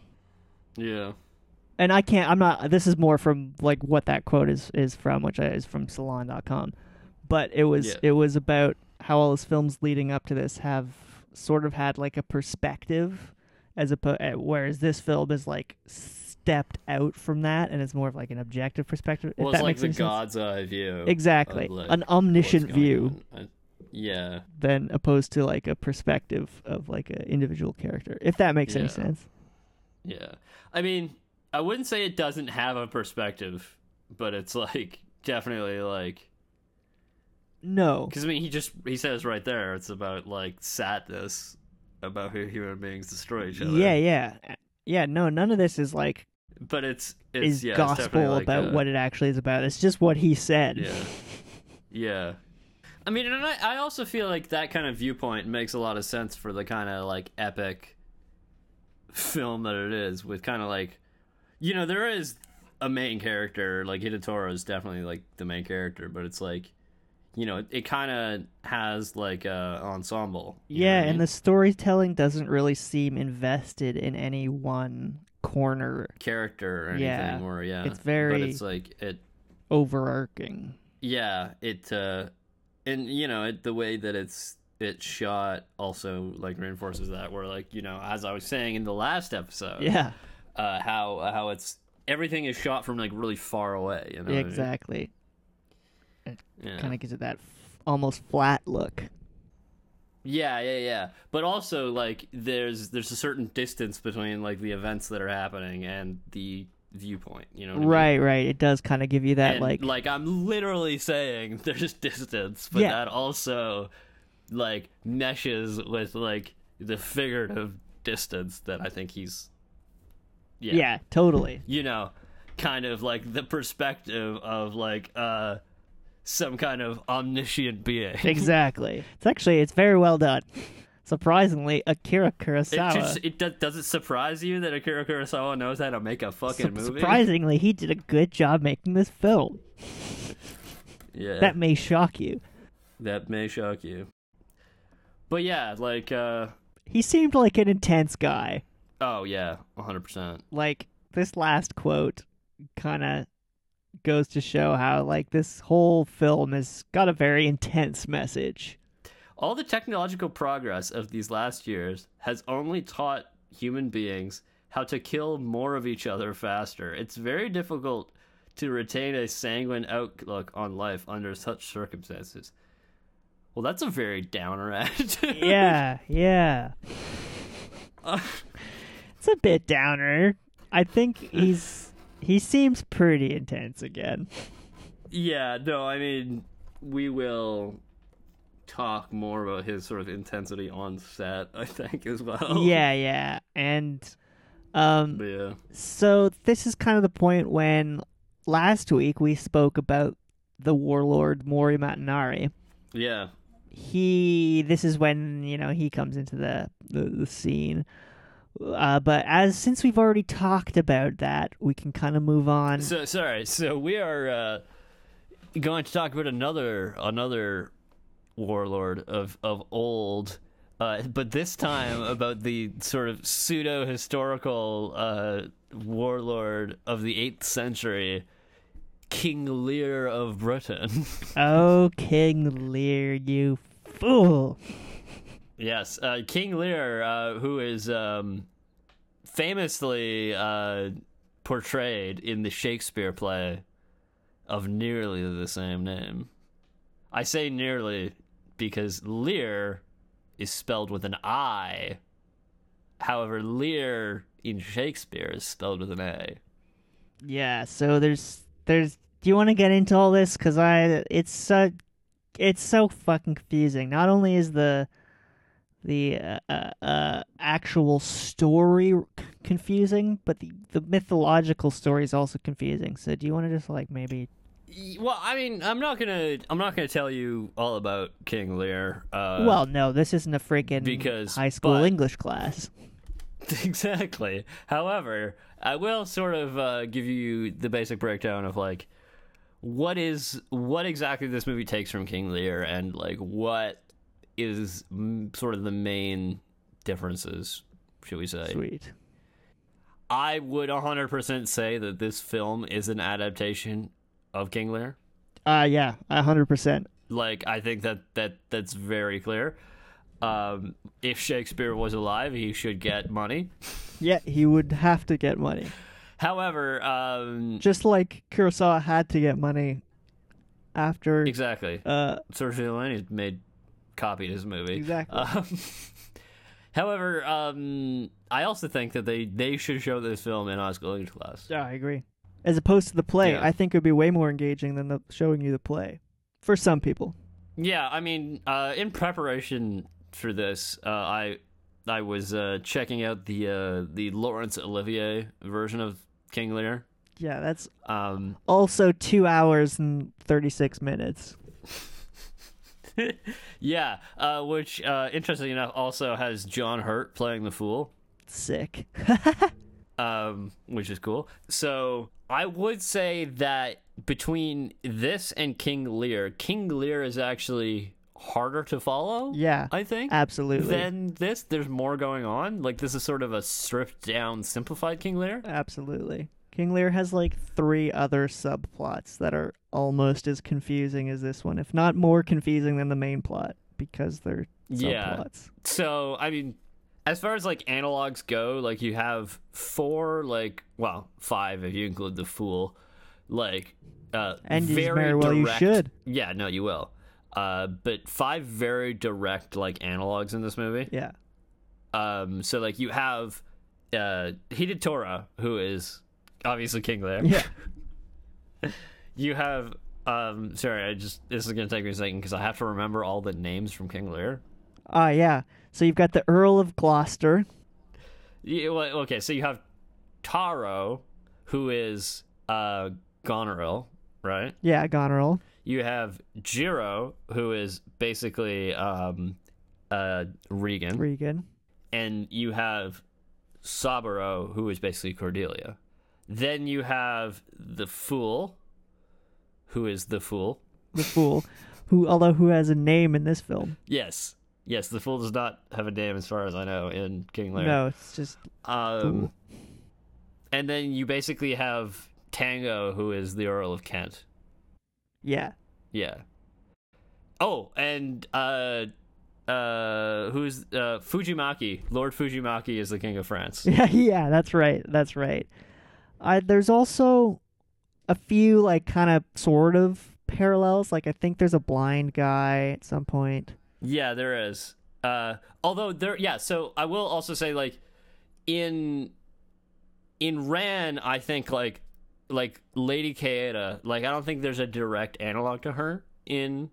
S1: Yeah.
S2: and I can't. I'm not. This is more from like what that quote is is from, which is from Salon.com. But it was
S1: Yeah.
S2: it was about how all his films leading up to this have sort of had like a perspective, as opposed whereas this film is like stepped out from that and it's more of like an objective perspective.
S1: Well,
S2: if
S1: it's
S2: that
S1: like
S2: makes
S1: the
S2: any sense.
S1: God's eye view.
S2: Exactly,
S1: of, like,
S2: an
S1: what's
S2: omniscient
S1: going
S2: view
S1: on. I- Yeah.
S2: than opposed to like a perspective of like an individual character. If that makes any
S1: Yeah.
S2: sense.
S1: Yeah. I mean, I wouldn't say it doesn't have a perspective, but it's like definitely like
S2: No,
S1: Because I mean, he just he says right there, it's about like sadness about how human beings destroy each other.
S2: yeah, yeah, yeah. No, none of this is like
S1: but it's, it's
S2: is
S1: yeah, it's definitely,
S2: gospel
S1: like,
S2: about
S1: a-
S2: what it actually is about. It's just what he said.
S1: Yeah, yeah. I mean, and I, I also feel like that kind of viewpoint makes a lot of sense for the kind of like epic film that it is, with kind of like, you know, there is a main character. Like Hidetoro is definitely like the main character, but it's like, you know, it, kind of has like a ensemble. you know what
S2: Yeah,
S1: I mean?
S2: and the storytelling doesn't really seem invested in any one corner
S1: character or anything
S2: Yeah.
S1: or yeah
S2: It's very-
S1: but it's like it
S2: overarching.
S1: yeah it uh and you know it, the way that it's it's shot also like reinforces that where like you know as i was saying in the last episode
S2: Yeah,
S1: uh how how it's everything is shot from like really far away you know what I mean?
S2: exactly.
S1: yeah.
S2: Kind of gives it that f- almost flat look.
S1: yeah yeah yeah but also like there's there's a certain distance between like the events that are happening and the viewpoint you know what I mean?
S2: Right, right. It does kind of give you that
S1: And,
S2: like,
S1: I'm literally saying (laughs) there's distance, but
S2: Yeah.
S1: that also like meshes with like the figurative distance that I think he's yeah,
S2: yeah.
S1: (laughs)
S2: totally.
S1: you know, kind of like the perspective of like uh some kind of omniscient being.
S2: Exactly. It's actually it's very well done. Surprisingly, Akira
S1: It
S2: Kurosawa.
S1: just it does, does it surprise you that Akira Kurosawa knows how to make a fucking
S2: su-
S1: movie?
S2: surprisingly, he did a good job making this film.
S1: (laughs) Yeah.
S2: That may shock you.
S1: that may shock you. But yeah, like uh
S2: he seemed like an intense guy.
S1: oh yeah, 100%.
S2: Like this last quote kind of goes to show how like this whole film has got a very intense message.
S1: All the technological progress of these last years has only taught human beings how to kill more of each other faster. It's very difficult to retain a sanguine outlook on life under such circumstances. Well, that's a very downer attitude.
S2: Yeah, yeah. It's a bit downer. I think he's he seems pretty intense again.
S1: (laughs) yeah, no, I mean, we will talk more about his sort of intensity on set, I think, as well.
S2: Yeah, yeah. And um
S1: But yeah.
S2: So this is kind of the point when last week we spoke about the warlord Mori Matanari.
S1: Yeah.
S2: He this is when, you know, he comes into the the, the scene. Uh, but as since we've already talked about that, we can kind of move on.
S1: So sorry. So we are uh, going to talk about another another warlord of of old, uh, but this time about the sort of pseudo historical uh, warlord of the eighth century, King Lear of Britain.
S2: (laughs)
S1: (laughs)
S2: oh, King Lear, you fool!
S1: Yes, uh, King Lear, uh, who is um, famously uh, portrayed in the Shakespeare play of nearly the same name. I say nearly because Lear is spelled with an I. However, Lear in Shakespeare is spelled with an A.
S2: Yeah. So there's there's. Do you want to get into all this? Cause I it's so it's so fucking confusing. Not only is the the uh, uh, uh, actual story c- confusing, but the, the mythological story is also confusing. So do you want to just like maybe?
S1: Y- Well, I mean, I'm not gonna, I'm not gonna tell you all about King Lear. Uh,
S2: well, no, this isn't a freaking
S1: because-
S2: high school
S1: but-
S2: English class.
S1: (laughs) Exactly. However, I will sort of uh, give you the basic breakdown of like what is what exactly this movie takes from King Lear and like what is mm, sort of the main differences, should we say?
S2: Sweet.
S1: I would 100% say that this film is an adaptation of King Lear.
S2: Uh yeah, hundred percent.
S1: Like I think that that that's very clear. Um, if Shakespeare was alive, he should get money.
S2: Yeah, he would have to get money,
S1: However, um,
S2: just like Kurosawa had to get money after.
S1: exactly.
S2: Uh,
S1: Sergio Leone made copied his movie.
S2: Exactly.
S1: Um, (laughs) however, um, I also think that they, they should show this film in high school English class.
S2: yeah, I agree. As opposed to the play,
S1: Yeah.
S2: I think it would be way more engaging than the showing you the play. For some people,
S1: Yeah, I mean, uh, in preparation for this, uh, I I was uh, checking out the uh, the Laurence Olivier version of King Lear.
S2: yeah, that's
S1: Um,
S2: also two hours and 36 minutes.
S1: yeah, uh, which uh, interestingly enough also has John Hurt playing the fool.
S2: Sick. (laughs)
S1: um, which is cool. So I would say that between this and King Lear, King Lear is actually harder to follow.
S2: yeah,
S1: I think.
S2: absolutely.
S1: Than this, there's more going on. Like this is sort of a stripped down, simplified King Lear.
S2: absolutely. King Lear has like three other subplots that are almost as confusing as this one, if not more confusing than the main plot, because they're
S1: Yeah.
S2: subplots.
S1: So I mean, as far as like analogs go, like you have four, like well, five if you include the Fool, like uh,
S2: And you just
S1: very
S2: very well you
S1: direct-
S2: should.
S1: Yeah, no, you will. Uh, but five very direct like analogs in this movie.
S2: Yeah.
S1: Um, so like you have uh, Hidatora, who is obviously King Lear.
S2: Yeah.
S1: (laughs) You have um, sorry, I just this is gonna take me a second because I have to remember all the names from King Lear.
S2: Ah, yeah. So you've got the Earl of Gloucester.
S1: Yeah, well, okay, so you have Taro, who is uh, Goneril, right?
S2: Yeah, Goneril.
S1: You have Jiro, who is basically um, uh, Regan,
S2: Regan.
S1: and you have Saburo, who is basically Cordelia. Then you have the Fool, who is the Fool.
S2: The Fool. Who, although who has a name in this film?
S1: Yes, yes, the Fool does not have a name, as far as I know, in King Lear.
S2: No, it's just
S1: Um, and then you basically have Tango, who is the Earl of Kent.
S2: yeah. (laughs)
S1: Yeah. Oh, and uh, uh, who's uh Fujimaki? Lord Fujimaki is the king of
S2: (laughs)
S1: France.
S2: Yeah, yeah, that's right. That's right. Uh, there's also a few like kind of sort of parallels. Like I think there's a blind guy at some point.
S1: yeah, there is. Uh, although there, yeah. So I will also say, like, in in Ran, I think like like Lady Kaeda, like I don't think there's a direct analog to her in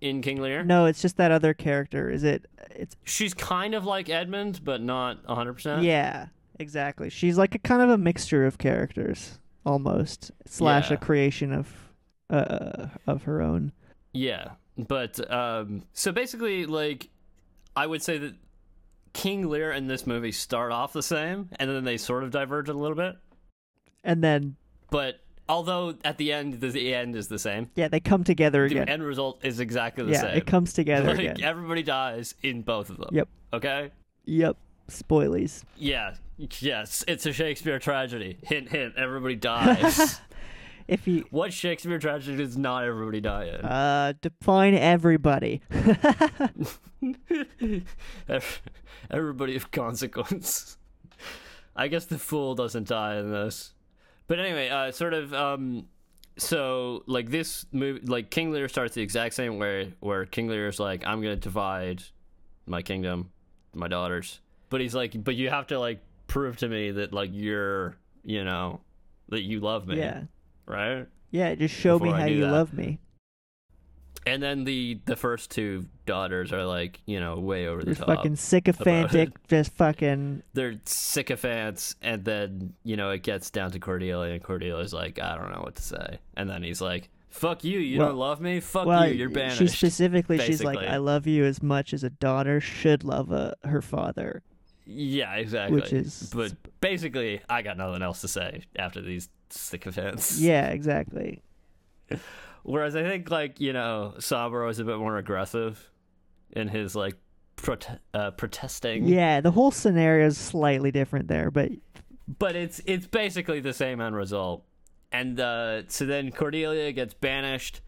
S1: in King Lear.
S2: No, it's just that other character. Is it? It's
S1: She's kind of like Edmund, but not 100%.
S2: yeah, exactly. She's like a kind of a mixture of characters almost slash
S1: Yeah.
S2: a creation of uh of her own.
S1: Yeah. But um so basically like I would say that King Lear and this movie start off the same and then they sort of diverge a little bit.
S2: And then
S1: But although at the end the- the end is the same.
S2: yeah, they come together
S1: The
S2: again.
S1: end result is exactly the
S2: yeah,
S1: same.
S2: it comes
S1: (laughs)
S2: together
S1: like
S2: again.
S1: everybody dies in both of them.
S2: Yep.
S1: Okay?
S2: Yep. Spoilies.
S1: Yeah. Yes, it's a Shakespeare tragedy. Hint hint, everybody
S2: (laughs)
S1: dies.
S2: If you
S1: what Shakespeare tragedy does not everybody die in?
S2: uh
S1: (laughs)
S2: define everybody.
S1: Ev- (laughs) Everybody of consequence. (laughs) I guess the fool doesn't die in this. But anyway, uh, sort of. Um, so like this movie, like King Lear starts the exact same way, where King Lear's like, "I'm gonna divide my kingdom, my daughters," but he's like, "But you have to like prove to me that like you're, you know, that you love me,
S2: yeah.
S1: right?"
S2: Yeah, just show me
S1: before I
S2: how
S1: do
S2: you
S1: that.
S2: love me.
S1: And then the the first two daughters are like you know way over the
S2: You're
S1: top.
S2: fucking sycophantic, just fucking.
S1: They're sycophants, and then you know it gets down to Cordelia, and Cordelia's like, I don't know what to say, and then he's like, "Fuck you, you
S2: Well-
S1: don't love me. Fuck
S2: Well,
S1: you, you're banished."
S2: she specifically, she's like,
S1: basically.
S2: "I love you as much as a daughter should love a, her father."
S1: yeah, exactly.
S2: which is-
S1: but basically, I got nothing else to say after these sycophants.
S2: Yeah, exactly.
S1: Whereas I think like you know Saburo is a bit more aggressive in his like prote- uh, protesting.
S2: Yeah, the whole scenario is slightly different there, but
S1: But it's it's basically the same end result. And uh, so then Cordelia gets banished.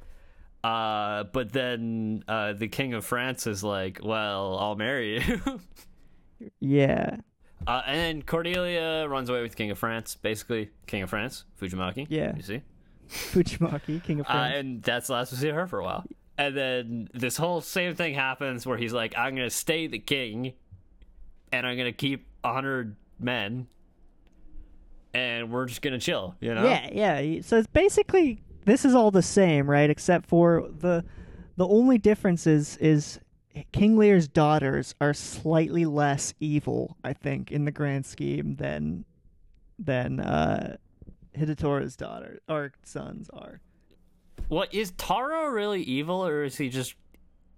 S1: Uh, but then uh, the King of France is like, "Well, I'll marry you." (laughs)
S2: yeah, (laughs)
S1: uh, and then Cordelia runs away with King of France, basically King of France Fujimaki.
S2: Yeah.
S1: you see.
S2: Fujimaki, King of
S1: Uh,
S2: France.
S1: and that's the last we see of her for a while. And then this whole same thing happens where he's like, I'm going to stay the king and I'm going to keep 100 men and we're just going to chill, you know?
S2: Yeah, yeah. y- So it's basically this is all the same, right? Except for the the only difference is is King Lear's daughters are slightly less evil, I think, in the grand scheme than than uh Hidetora's daughter or sons are.
S1: What is Taro really evil or is he just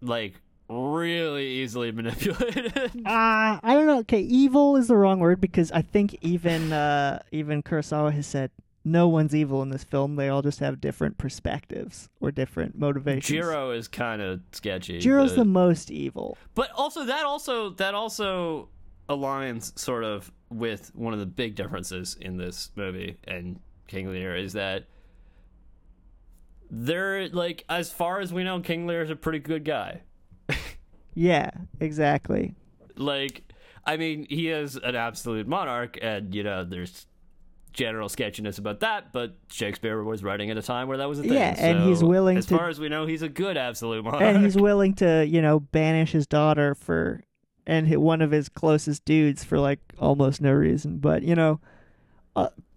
S1: like really easily (laughs) manipulated?
S2: Uh, I don't know. Okay, evil is the wrong word because I think even uh even Kurosawa has said no one's evil in this film. They all just have different perspectives or different motivations.
S1: Jiro is kind of sketchy.
S2: Jiro's
S1: but-
S2: the most evil.
S1: But also that also that also aligns sort of with one of the big differences in this movie and King Lear is that they're like as far as we know King Lear is a pretty good guy.
S2: Yeah, exactly.
S1: Like I mean, he is an absolute monarch and you know there's general sketchiness about that, but Shakespeare was writing at a time where that was a thing.
S2: Yeah, and
S1: so
S2: he's willing
S1: as
S2: to-
S1: far as we know, he's a good absolute monarch.
S2: And he's willing to, you know, banish his daughter for and hit one of his closest dudes for like almost no reason, but you know,
S1: (laughs)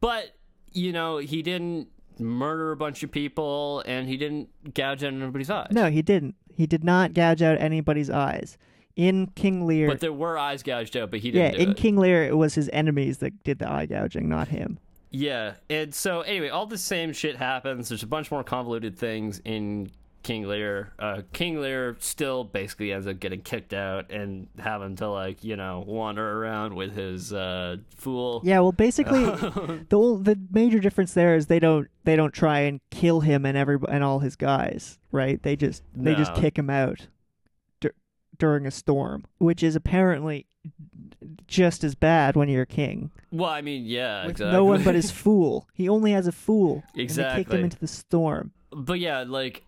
S1: But you know, he didn't murder a bunch of people, and he didn't gouge out anybody's eyes.
S2: no, he didn't. He did not gouge out anybody's eyes. In King Lear,
S1: but there were eyes gouged out, but he
S2: yeah,
S1: didn't. do
S2: in
S1: it.
S2: King Lear it was his enemies that did the eye gouging, not him.
S1: yeah. And so anyway, all the same shit happens. There's a bunch more convoluted things in King Lear. Uh, King Lear still basically ends up getting kicked out and having to like you know wander around with his uh, fool.
S2: Yeah,
S1: (laughs)
S2: well, basically, the ol- the major difference there is they don't they don't try and kill him and every and all his guys, right? They just they just
S1: No.
S2: kick him out dur- during a storm, which is apparently just as bad when you're a king.
S1: Well, I mean, yeah,
S2: With
S1: exactly. (laughs)
S2: no one but his fool. He only has a fool. And they kicked
S1: Exactly.
S2: him into the storm.
S1: but yeah, like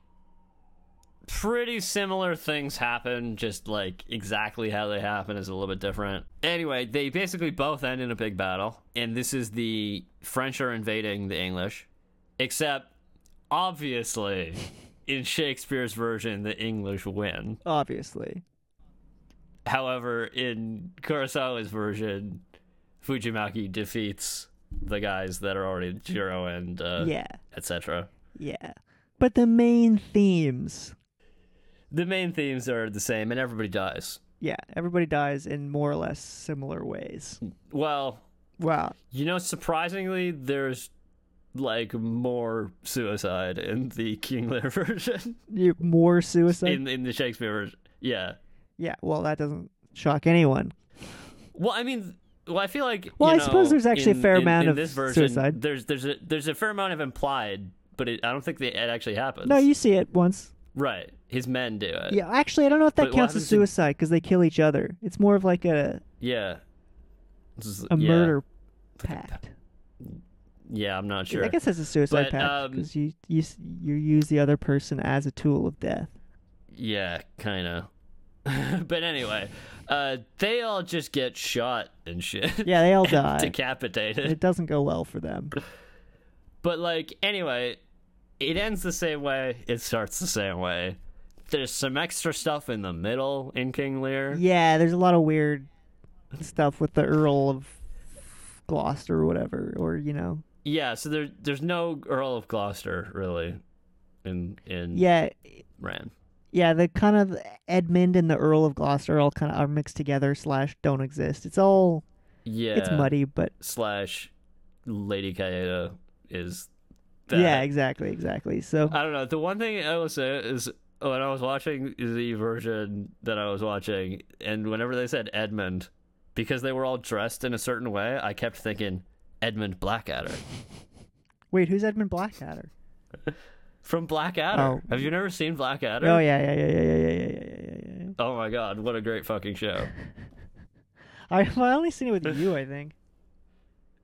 S1: pretty similar things happen, just like exactly how they happen is a little bit different. Anyway, they basically both end in a big battle, and this is the French are invading the English, except obviously in Shakespeare's version, the English win.
S2: Obviously,
S1: However, in Kurosawa's version, Fujimaki defeats the guys that are already Jiro and uh,
S2: yeah,
S1: etc.
S2: yeah. But the main themes,
S1: The main themes are the same, and everybody dies.
S2: yeah, everybody dies in more or less similar ways.
S1: Well,
S2: Wow.
S1: you know, surprisingly, there's like more suicide in the King Lear (laughs) version
S2: You- More suicide.
S1: in in the Shakespeare version. Yeah.
S2: Yeah, well, that doesn't shock anyone.
S1: Well, I mean, well, I feel like.
S2: Well,
S1: you
S2: I suppose
S1: know,
S2: there's actually a
S1: in-
S2: fair
S1: in-
S2: amount
S1: in
S2: of
S1: this version,
S2: suicide.
S1: There's there's a there's a fair amount of implied, but it, I don't think that it actually happens.
S2: No, you see it once.
S1: right. His men do it.
S2: Yeah, actually, I don't know if that
S1: But Uh, what
S2: counts as
S1: happens in-
S2: suicide because they kill each other. It's more of like a
S1: Yeah. This is-
S2: a
S1: yeah.
S2: murder pact.
S1: Yeah, I'm not sure.
S2: I guess that's a suicide
S1: But,
S2: pact
S1: um,
S2: because you you s- you use the other person as a tool of death.
S1: Yeah, kind of. (laughs) but anyway, uh, they all just get shot and shit.
S2: Yeah,
S1: (laughs)
S2: they all
S1: And
S2: die.
S1: Decapitated.
S2: It doesn't go well
S1: (laughs)
S2: for them.
S1: But like, anyway, it ends the same way. It starts the same way. There's some extra stuff in the middle in King Lear.
S2: Yeah, there's a lot of weird stuff with the Earl of Gloucester or whatever, or you know,
S1: Yeah, so there, there's no Earl of Gloucester really in in
S2: yeah,
S1: Ran.
S2: Yeah, the kind of Edmund and the Earl of Gloucester all kind of are mixed together slash don't exist. It's all
S1: Yeah.
S2: it's muddy, but
S1: Slash Lady Kayeda is that.
S2: yeah, exactly, exactly. So
S1: I don't know. The one thing I will say is when I was watching the version that I was watching, and whenever they said Edmund, because they were all dressed in a certain way, I kept thinking Edmund Blackadder
S2: wait, who's Edmund Blackadder?
S1: from Blackadder.
S2: Oh.
S1: Have you never seen Blackadder?
S2: Oh yeah, yeah, yeah, yeah, yeah, yeah, yeah, yeah, yeah, yeah.
S1: Oh my god, what a great fucking show!
S2: I (laughs) I only seen it with you,
S1: (laughs)
S2: I think.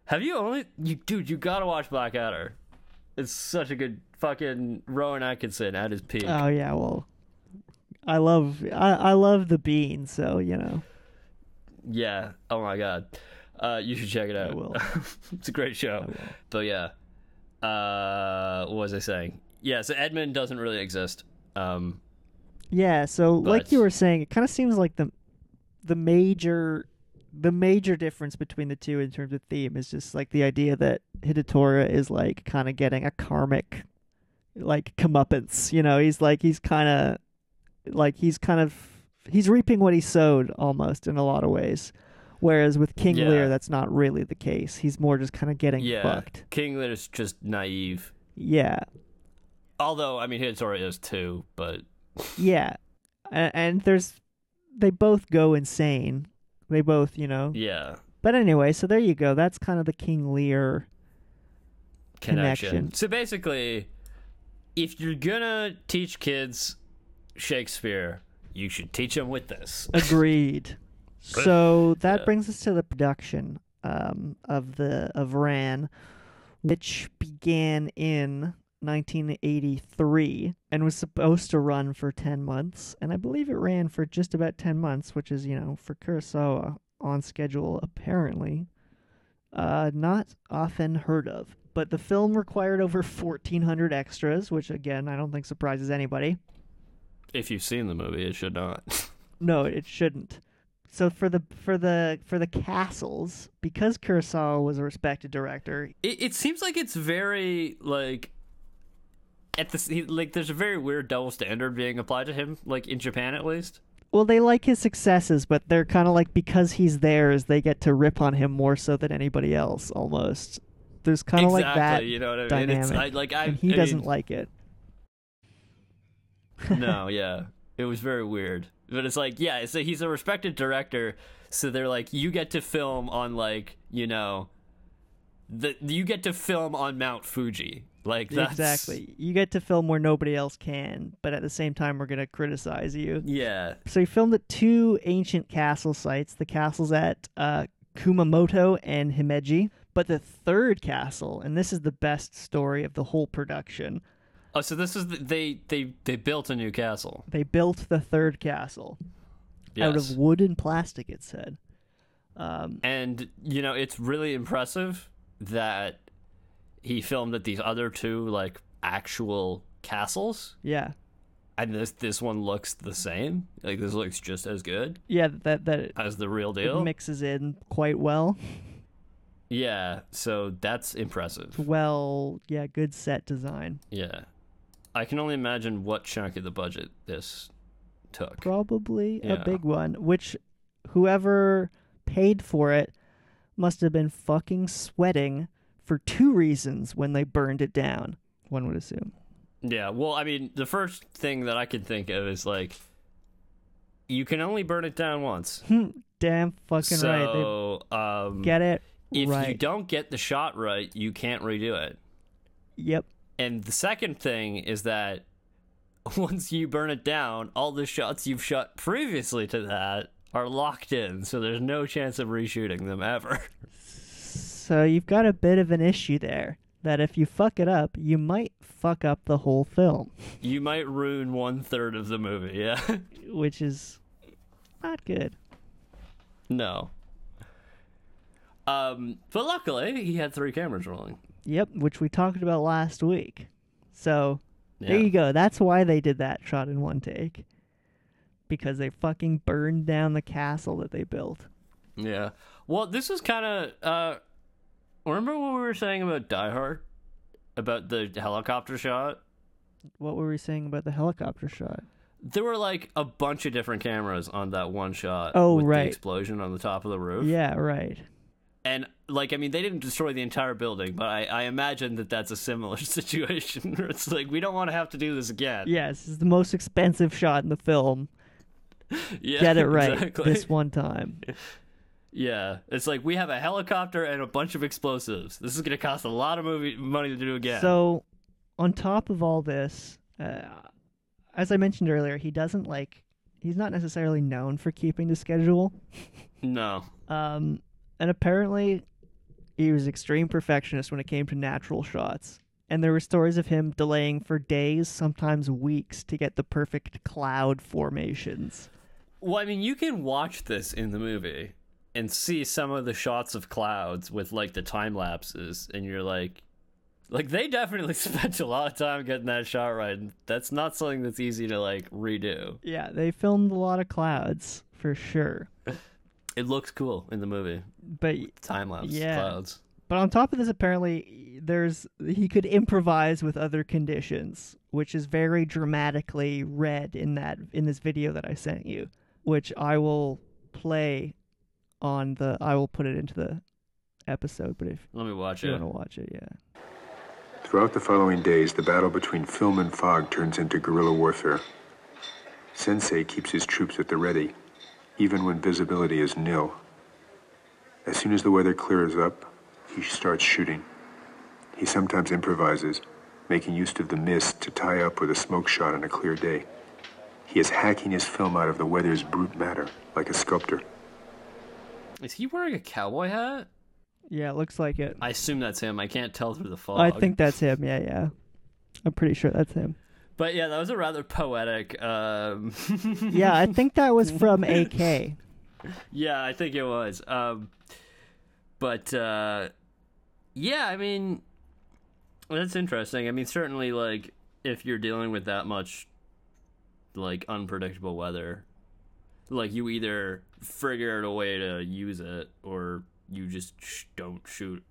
S1: Have you only you dude? You gotta watch Blackadder. It's such a good fucking Rowan Atkinson at his peak.
S2: Oh yeah, well, I love I, I love the bean, so you know.
S1: Yeah. Oh my god. Uh, you should check it out.
S2: will.
S1: (laughs) it's a great show. But yeah. Uh, what was I saying? Yeah. So Edmund doesn't really exist. Um,
S2: Yeah, so like you
S1: But-
S2: were saying, it kind of seems like the the major the major difference between the two in terms of theme is just like the idea that Hidatora is like kind of getting a karmic like comeuppance. You know, he's like he's kind of like he's kind of he's reaping what he sowed almost in a lot of ways. Whereas with King
S1: Yeah.
S2: Lear, that's not really the case. He's more just kind of getting
S1: yeah.
S2: fucked.
S1: King Lear's just naive.
S2: Yeah.
S1: Although I mean, Hidori is too. But
S2: Yeah, and, and there's they both go insane. They both, you know.
S1: yeah.
S2: But anyway, so there you go. That's kind of the King Lear.
S1: Connection.
S2: Connection.
S1: So basically, if you're gonna teach kids Shakespeare, you should teach them with this.
S2: Agreed. so that
S1: Yeah.
S2: brings us to the production um, of the of Ran, which began in 1983 and was supposed to run for 10 months, and I believe it ran for just about 10 months, which is you know for Kurosawa on schedule apparently. uh, not often heard of. But the film required over 1,400 extras, which again, I don't think surprises anybody.
S1: if you've seen the movie, it should not.
S2: No, it shouldn't. So for the for the for the castles, because Kurosawa was a respected director,
S1: it, it seems like it's very like at this he, like there's a very weird double standard being applied to him like in japan at least
S2: well, they like his successes, but they're kind of like because he's theirs, they get to rip on him more so than anybody else. Almost, there's kind of
S1: exactly
S2: like that,
S1: you know what i mean it's I,
S2: dynamic.
S1: like i
S2: and he
S1: I
S2: doesn't
S1: mean,
S2: like it.
S1: no yeah it was very weird but it's like yeah it's a, he's a respected director so they're like you get to film on like you know the you get to film on mount fuji like that's
S2: Exactly. You get to film where nobody else can, but at the same time, we're gonna criticize you.
S1: yeah
S2: So he filmed at two ancient castle sites. The castles at uh, Kumamoto and Himeji. But the third castle, and this is the best story of the whole production,
S1: oh so this is the, they they they built a new castle
S2: they built the third castle
S1: yes.
S2: out of wood and plastic, it said. Um,
S1: And you know, it's really impressive that he filmed at these other two like actual castles,
S2: yeah.
S1: and this this one looks the same. Like this looks just as good
S2: Yeah, that, that it
S1: as the real deal.
S2: mixes in quite well.
S1: yeah, so that's impressive.
S2: Well, yeah, good set design.
S1: Yeah, I can only imagine what chunk of the budget this took.
S2: Probably
S1: Yeah.
S2: a big one, which whoever paid for it must have been fucking sweating for two reasons when they burned it down, one would assume. (laughs)
S1: Yeah, well, I mean, the first thing that I can think of is like, you can only burn it down once.
S2: Damn fucking right.
S1: So, um,
S2: They get it
S1: if
S2: right.
S1: you don't get the shot right, you can't redo it.
S2: Yep.
S1: And the second thing is that (laughs) once you burn it down, all the shots you've shot previously to that are locked in, so there's no chance of reshooting them ever.
S2: So you've got a bit of an issue there that if you fuck it up, you might fuck up the whole film,
S1: You might ruin one third of the movie, yeah. (laughs)
S2: which is not good.
S1: no. Um, but luckily, he had three cameras rolling.
S2: Yep, which we talked about last week. So
S1: Yeah.
S2: There you go. That's why they did that shot in one take. Because they fucking burned down the castle that they built.
S1: Yeah. Well, this is kind of. Uh, remember what we were saying about Die Hard? About the helicopter shot?
S2: What were we saying about the helicopter shot?
S1: there were like a bunch of different cameras on that one shot.
S2: Oh,
S1: with the
S2: right.
S1: explosion on the top of the roof.
S2: Yeah, right.
S1: And like, I mean, they didn't destroy the entire building, but I, I imagine that that's a similar (laughs) situation. where it's like we don't want to have to do this again.
S2: Yes, this is the most expensive shot in the film.
S1: (laughs) Yeah,
S2: Get it
S1: (laughs)
S2: right
S1: exactly.
S2: this one time.
S1: Yeah, it's like we have a helicopter and a bunch of explosives. This is going to cost a lot of movie money to do again.
S2: So, on top of all this, uh, as I mentioned earlier, he doesn't like. He's not necessarily known for keeping to schedule.
S1: no,
S2: Um, and apparently, he was extreme perfectionist when it came to natural shots. And there were stories of him delaying for days, sometimes weeks, to get the perfect cloud formations.
S1: well, I mean, you can watch this in the movie and see some of the shots of clouds with like the time lapses, and you're like, like they definitely (laughs) spent a lot of time getting that shot right. and That's not something that's easy to like redo.
S2: Yeah, they filmed a lot of clouds for sure.
S1: It looks cool in the movie.
S2: But
S1: Time lapse
S2: Yeah.
S1: clouds.
S2: but on top of this, apparently there's he could improvise with other conditions, which is very dramatically read in that in this video that I sent you, which I will play on the I will put it into the episode. But if
S1: Let me watch
S2: you
S1: it.
S2: want to watch it, yeah.
S3: Throughout the following days, the battle between film and fog turns into guerrilla warfare. Sensei keeps his troops at the ready, even when visibility is nil. As soon as the weather clears up, he starts shooting. He sometimes improvises, making use of the mist to tie up with a smoke shot on a clear day. He is hacking his film out of the weather's brute matter, like a sculptor.
S1: Is he wearing a cowboy hat?
S2: Yeah, it looks like it.
S1: I assume that's him. I can't tell through the fog.
S2: I think that's him. Yeah, yeah. I'm pretty sure
S1: (laughs)
S2: that's him.
S1: But yeah, that was a rather poetic. Um, (laughs)
S2: Yeah, I think that was from AK.
S1: yeah, I think it was. Um, but uh, yeah, I mean, that's interesting. I mean, certainly, like if you're dealing with that much, like unpredictable weather, like you either figure out a way to use it or you just sh- don't shoot.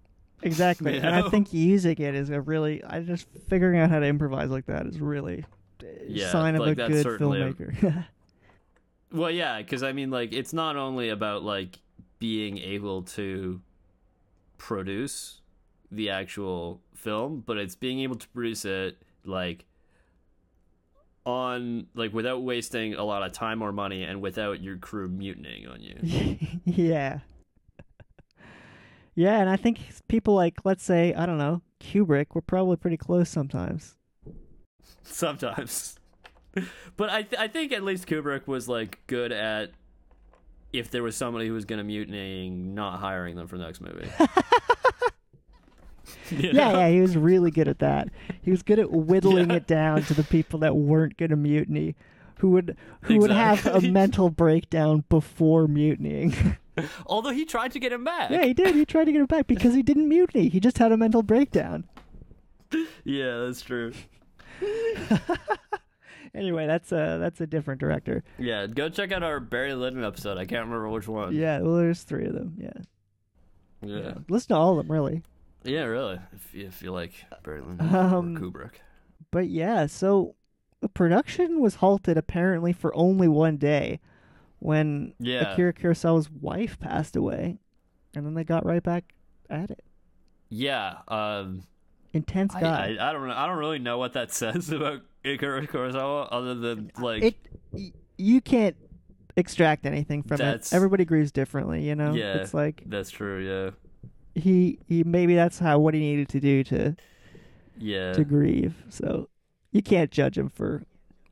S2: Exactly. And I
S1: Yeah.
S2: think using it is a really I just figuring out how to improvise like that is really a
S1: Yeah,
S2: sign of
S1: like,
S2: a
S1: that's
S2: good
S1: certainly a-
S2: filmmaker. (laughs)
S1: Well, yeah, because I mean, like, it's not only about like being able to produce the actual film, but it's being able to produce it like on like without wasting a lot of time or money and without your crew mutinying on you.
S2: (laughs) yeah. Yeah, and I think people like let's say, I don't know, Kubrick were probably pretty close sometimes.
S1: sometimes. But I th- I think at least Kubrick was like good at if there was somebody who was going to mutiny, not hiring them for the next movie. (laughs) You
S2: (laughs) Yeah,
S1: know?
S2: yeah,
S1: (laughs)
S2: he was really good at that. He was good at whittling it down to the people that weren't going to mutiny, who would who would have a
S1: Exactly.
S2: mental breakdown before mutinying.
S1: Although he tried to get him back.
S2: yeah, he did. He tried to get it back because he didn't mutiny. He just had a mental breakdown.
S1: Yeah, that's true.
S2: Anyway, that's a that's a different director.
S1: Yeah, go check out our Barry Lyndon episode. I can't remember which one.
S2: Yeah, well, there's three of them. Yeah,
S1: yeah,
S2: listen to all of them really.
S1: Yeah, really. If, if you like Barry Lyndon
S2: Um,
S1: or Kubrick,
S2: But yeah, so the production was halted apparently for only one day, when
S1: Yeah.
S2: Akira Kurosawa's wife passed away, and then they got right back at it.
S1: yeah. Um,
S2: Intense
S1: I,
S2: guy.
S1: I, I don't know. I don't really know what that (laughs) says about Ikara Kurosawa, other than like
S2: it y- you can't extract anything from it.
S1: That's-
S2: Everybody grieves differently, you know.
S1: Yeah.
S2: It's like
S1: that's true. Yeah,
S2: he he maybe that's how what he needed to do to
S1: yeah.
S2: to grieve. So you can't judge him for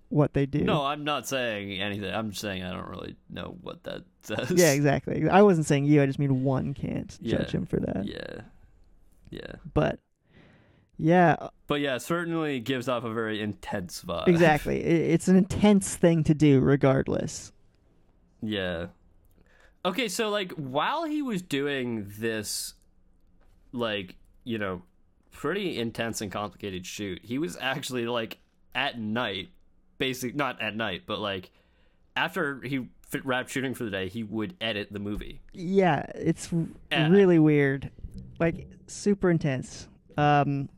S2: what they do.
S1: No, I'm not saying anything. I'm just saying I don't really know what that (laughs) says.
S2: Yeah, exactly. I wasn't saying you. I just mean one can't judge
S1: Yeah.
S2: him for that.
S1: Yeah, yeah.
S2: But yeah,
S1: (laughs) But yeah, certainly gives off a very intense vibe.
S2: exactly. I- it's an intense thing to do, regardless.
S1: Yeah. Okay, so like while he was doing this like, you know, pretty intense and complicated shoot, he was actually like at night, basically not at night, but like after he fi- wrapped shooting for the day, he would edit the movie.
S2: Yeah, it's r-
S1: Yeah.
S2: really weird, like super intense. Um,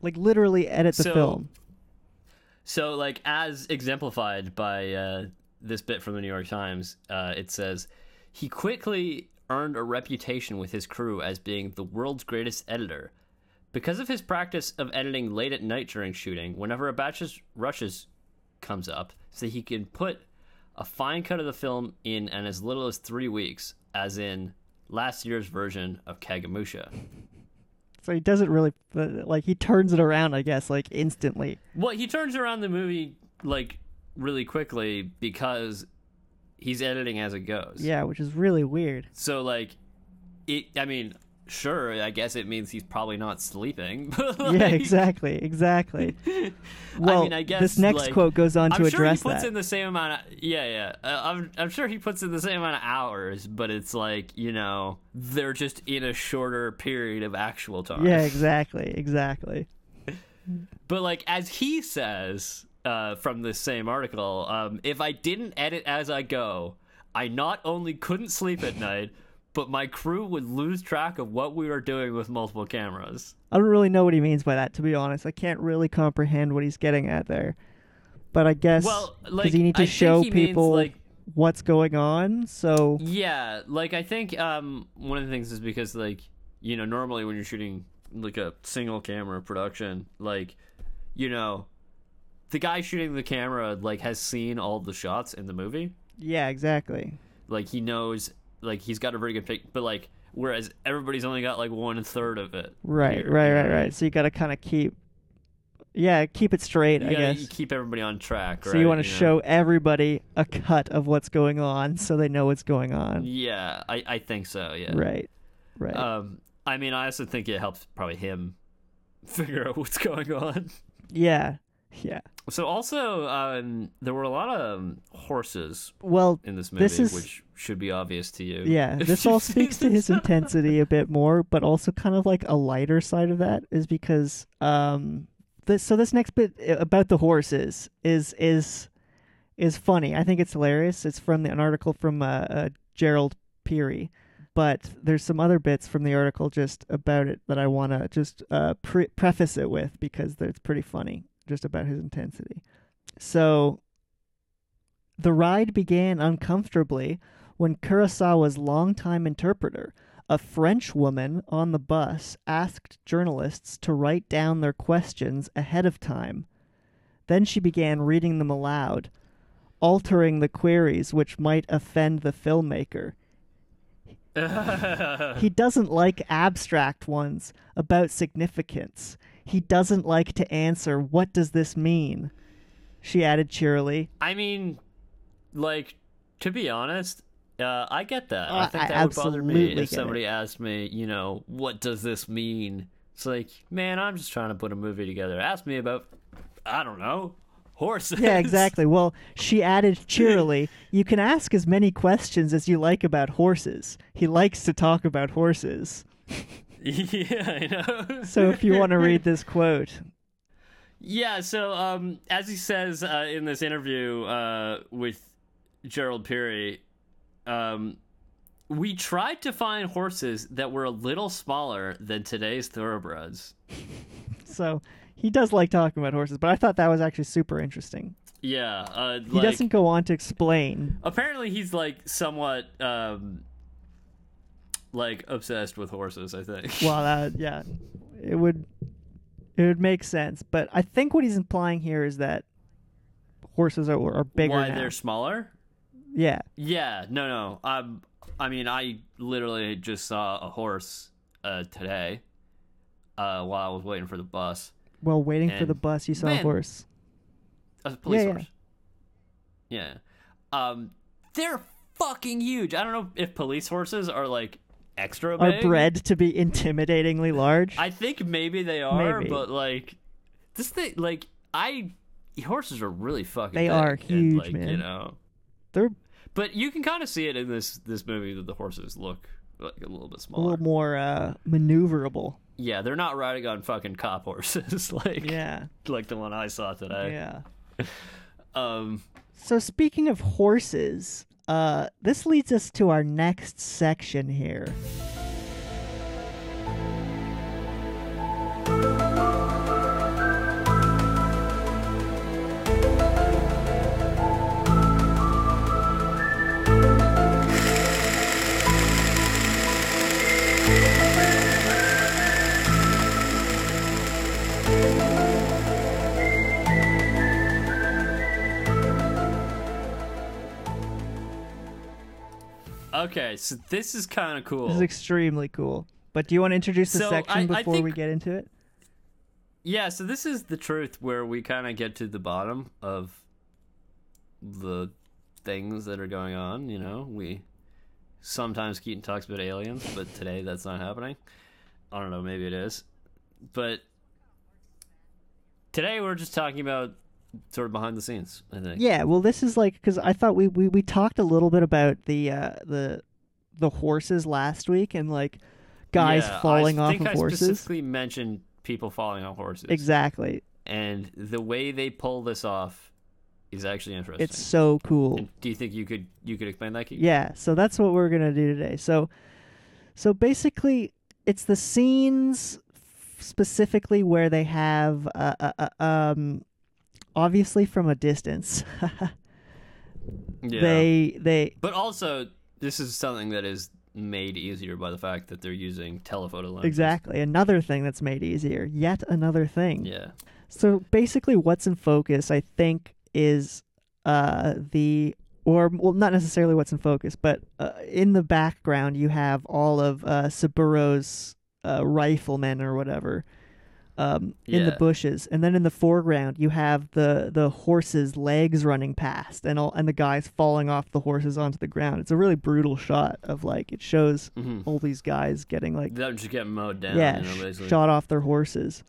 S2: like literally edit the
S1: So-
S2: film.
S1: So, like, as exemplified by uh, this bit from the New York Times, uh, it says he quickly earned a reputation with his crew as being the world's greatest editor. Because of his practice of editing late at night during shooting, whenever a batch of rushes comes up, so he can put a fine cut of the film in in as little as three weeks, as in last year's version of Kagamusha.
S2: So he doesn't really but, like he turns it around, I guess, like instantly.
S1: Well, he turns around the movie like really quickly because he's editing as it goes.
S2: Yeah, which is
S1: (laughs)
S2: really weird.
S1: So like, it. I mean, sure. I guess it means he's probably not sleeping. (laughs) But like,
S2: Yeah, exactly, exactly.
S1: (laughs)
S2: Well,
S1: I mean, I guess
S2: this next
S1: like-
S2: quote goes on
S1: I'm
S2: to
S1: sure
S2: address
S1: he puts
S2: that.
S1: in the same amount. Of, yeah, yeah. Uh, I'm I'm sure he puts in the same amount of hours, but it's like you know they're just in a shorter period of actual time.
S2: yeah, exactly, exactly.
S1: But like as he says uh, from this same article, um, if I didn't edit as I go, I not only couldn't sleep at night, but my crew would lose track of what we were doing with multiple cameras.
S2: I don't really know what he means by that, to be honest. I can't really comprehend what he's getting at there. But I guess
S1: Well,
S2: because
S1: like,
S2: you need to
S1: I think
S2: show
S1: he means,
S2: people
S1: like-
S2: what's going on, so
S1: Yeah, like I think um, one of the things is because like you know normally when you're shooting like a single camera production, like you know the guy shooting the camera like has seen all the shots in the movie.
S2: yeah, exactly.
S1: like he knows like he's got a very good pick but like whereas everybody's only got like one third of it
S2: Right,
S1: here,
S2: right,
S1: you know
S2: right,
S1: what I
S2: right. So you got to kind of keep, yeah, keep it straight,
S1: mean?
S2: I
S1: you gotta
S2: guess.
S1: keep everybody on track
S2: so you
S1: right,
S2: want to
S1: know?
S2: show everybody a cut of what's going on, so they know what's going on.
S1: yeah i i think so yeah
S2: Right, right.
S1: um i mean i also think it helps probably him (laughs) figure out what's going on
S2: yeah, yeah.
S1: so also um there were a lot of um, horses
S2: Well,
S1: in this movie
S2: This is-
S1: which should be obvious to you (laughs)
S2: yeah.
S1: if
S2: This
S1: you've
S2: all
S1: seen
S2: speaks to
S1: this.
S2: his intensity a bit more, but also kind of like a lighter side of that is because um, this. So this next bit uh, about the horses is is is funny. I think it's hilarious. It's from the, an article from uh, uh, Gerald Peary. But there's some other bits from the article just about it that I want to just uh, pre- preface it with because it's pretty funny, just about his intensity. So, the ride began uncomfortably when Kurosawa's longtime interpreter, a French woman on the bus, asked journalists to write down their questions ahead of time. Then she began reading them aloud, altering the queries which might offend the filmmaker. He doesn't like abstract ones about significance. He doesn't like to answer, What does this mean? She added cheerily.
S1: I mean, like to be honest, uh, I get that. I
S2: Uh,
S1: think
S2: I
S1: that would bother me
S2: absolutely
S1: if
S2: get
S1: somebody asked me, you know, what does this mean? It's like, man, I'm just trying to put a movie together. Ask me about, I don't know, horses.
S2: Yeah, exactly. Well, she added cheerily, You can ask as many questions as you like about horses. He likes to talk about horses.
S1: (laughs) yeah, I know.
S2: So if you want to
S1: (laughs)
S2: read this quote,
S1: Yeah, so um, as he says uh, in this interview uh, with Gerald Peary, um, we tried to find horses that were a little smaller than today's thoroughbreds.
S2: so he does like talking about horses, but I thought that was actually super interesting.
S1: Yeah, uh,
S2: He
S1: like,
S2: doesn't go on to explain.
S1: Apparently, he's like somewhat um, like obsessed with horses. I think. (laughs)
S2: Well, that, yeah, it would it would make sense, but I think what he's implying here is that horses are, are bigger
S1: Why
S2: now.
S1: they're smaller?
S2: Yeah,
S1: Yeah, no, no. Um, I mean, I literally just saw a horse uh, today uh, while I was waiting for the bus.
S2: well, waiting for
S1: And-
S2: the bus, you saw a
S1: Man.
S2: horse.
S1: A police
S2: Yeah, yeah.
S1: horse. Yeah. Um, they're fucking huge. I don't know if police horses are like extra
S2: Are
S1: big.
S2: bred to be (laughs) intimidatingly large.
S1: I think maybe they are,
S2: Maybe.
S1: but like this thing, like I horses are really fucking.
S2: They
S1: big,
S2: are
S1: and,
S2: huge,
S1: like, You
S2: man.
S1: know,
S2: They're
S1: but you can kind of see it in this this movie that the horses look like a little bit
S2: a
S1: smaller.
S2: little more uh, maneuverable.
S1: yeah, they're not riding on fucking cop horses (laughs) like
S2: Yeah,
S1: like the one I saw today.
S2: yeah.
S1: (laughs) Um,
S2: So speaking of horses, uh, this leads us to our next section here.
S1: Okay, so this is kind of cool.
S2: This is extremely cool. But do you want to introduce the
S1: So,
S2: section
S1: I- I
S2: before we
S1: think-
S2: get into it?
S1: yeah, so this is the truth where we kind of get to the bottom of the things that are going on. You know, we sometimes Keaton talks about aliens, but today that's not happening. I don't know, maybe it is. But today we're just talking about sort of behind the scenes, I think.
S2: Yeah, well, this is like because I thought we, we we talked a little bit about the uh, the the horses last week and like guys
S1: Yeah,
S2: falling
S1: I
S2: off
S1: think
S2: of
S1: I
S2: horses.
S1: specifically mentioned people falling off horses.
S2: Exactly,
S1: And the way they pull this off is actually interesting.
S2: it's so cool.
S1: And do you think you could you could explain that? Keith?
S2: Yeah, so that's what we're gonna do today. So, so basically, it's the scenes specifically where they have, uh, uh, uh, um, obviously from a distance. (laughs)
S1: Yeah.
S2: They they
S1: But also, this is something that is made easier by the fact that they're using telephoto lenses.
S2: exactly another thing that's made easier. Yet another thing.
S1: Yeah.
S2: So basically, what's in focus, I think, is uh, the or well, not necessarily what's in focus, but uh, in the background you have all of uh, Saburo's uh, riflemen or whatever um, in the
S1: Yeah.
S2: bushes, and then in the foreground you have the the horses' legs running past, and all and the guys falling off the horses onto the ground. It's a really brutal shot of like it shows
S1: Mhm.
S2: all these guys getting like
S1: That would just get mowed down.
S2: yeah
S1: you know,
S2: sh-
S1: basically.
S2: shot off their horses.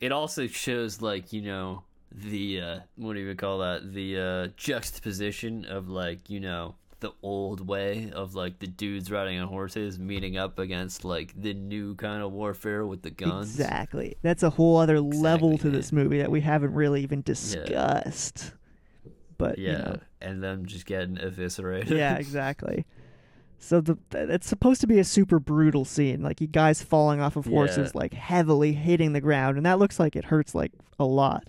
S1: It also shows like you know the uh, what do you call that the uh, juxtaposition of like you know the old way of like the dudes riding on horses meeting up against like the new kind of warfare with the guns.
S2: Exactly. That's a whole other level to
S1: Exactly,
S2: this movie that we haven't really even discussed. But
S1: Yeah, (laughs)
S2: you know.
S1: and them just getting eviscerated. (laughs)
S2: yeah, exactly. So the th- it's supposed to be a super brutal scene, like you guys falling off of horses, like heavily hitting the ground, and that looks like it hurts like a lot.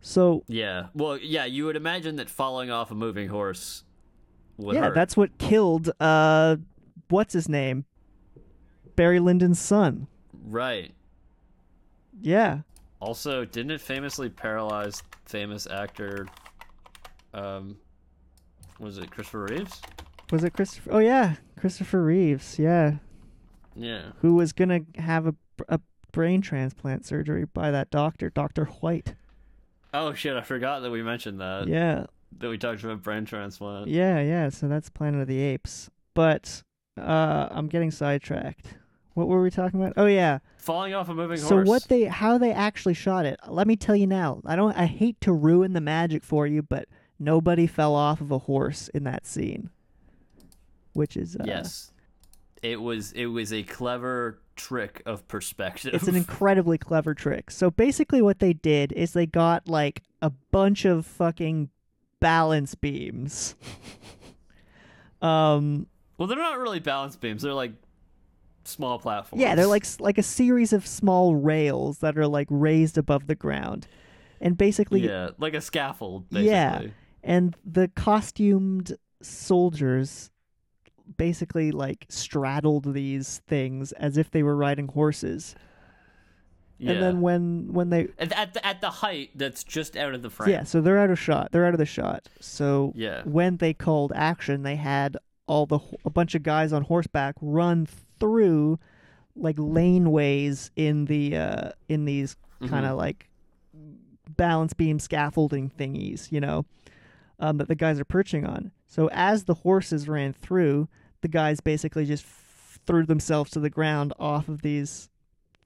S2: So
S1: yeah. Well, yeah. You would imagine that falling off a moving horse. Would
S2: yeah,
S1: hurt.
S2: that's what killed uh, what's his name, Barry Lyndon's son.
S1: right.
S2: Yeah,
S1: Also, didn't it famously paralyze famous actor? Um, was it Christopher Reeves?
S2: was it Christopher? Oh yeah, Christopher Reeves. Yeah,
S1: Yeah.
S2: who was going to have a, a brain transplant surgery by that doctor, Dr. White.
S1: Oh shit! I forgot that we mentioned that.
S2: yeah.
S1: That we talked about brain transplant.
S2: Yeah, yeah. So that's Planet of the Apes. But uh, I'm getting sidetracked. What were we talking about? Oh, yeah.
S1: Falling off a moving
S2: So
S1: horse.
S2: what they how they actually shot it. Let me tell you now. I don't I hate to ruin the magic for you, but nobody fell off of a horse in that scene. Which is uh,
S1: yes. It was it was a clever trick of perspective.
S2: it's an incredibly clever trick. So basically, what they did is they got like a bunch of fucking balance beams. um,
S1: well, they're not really balance beams. They're like small platforms.
S2: yeah, they're like like a series of small rails that are like raised above the ground, and basically,
S1: yeah, like a scaffold. Basically.
S2: Yeah. and the costumed soldiers basically like straddled these things as if they were riding horses.
S1: Yeah.
S2: And then when when they
S1: at, at the, at the height that's just out of the frame.
S2: Yeah, so they're out of shot. They're out of the shot. So
S1: Yeah.
S2: when they called action, they had all the h- a bunch of guys on horseback run through like laneways in the uh in these
S1: Mm-hmm.
S2: kind of like balance beam scaffolding thingies, you know, um, that the guys are perching on. So as the horses ran through, the guys basically just f- threw themselves to the ground off of these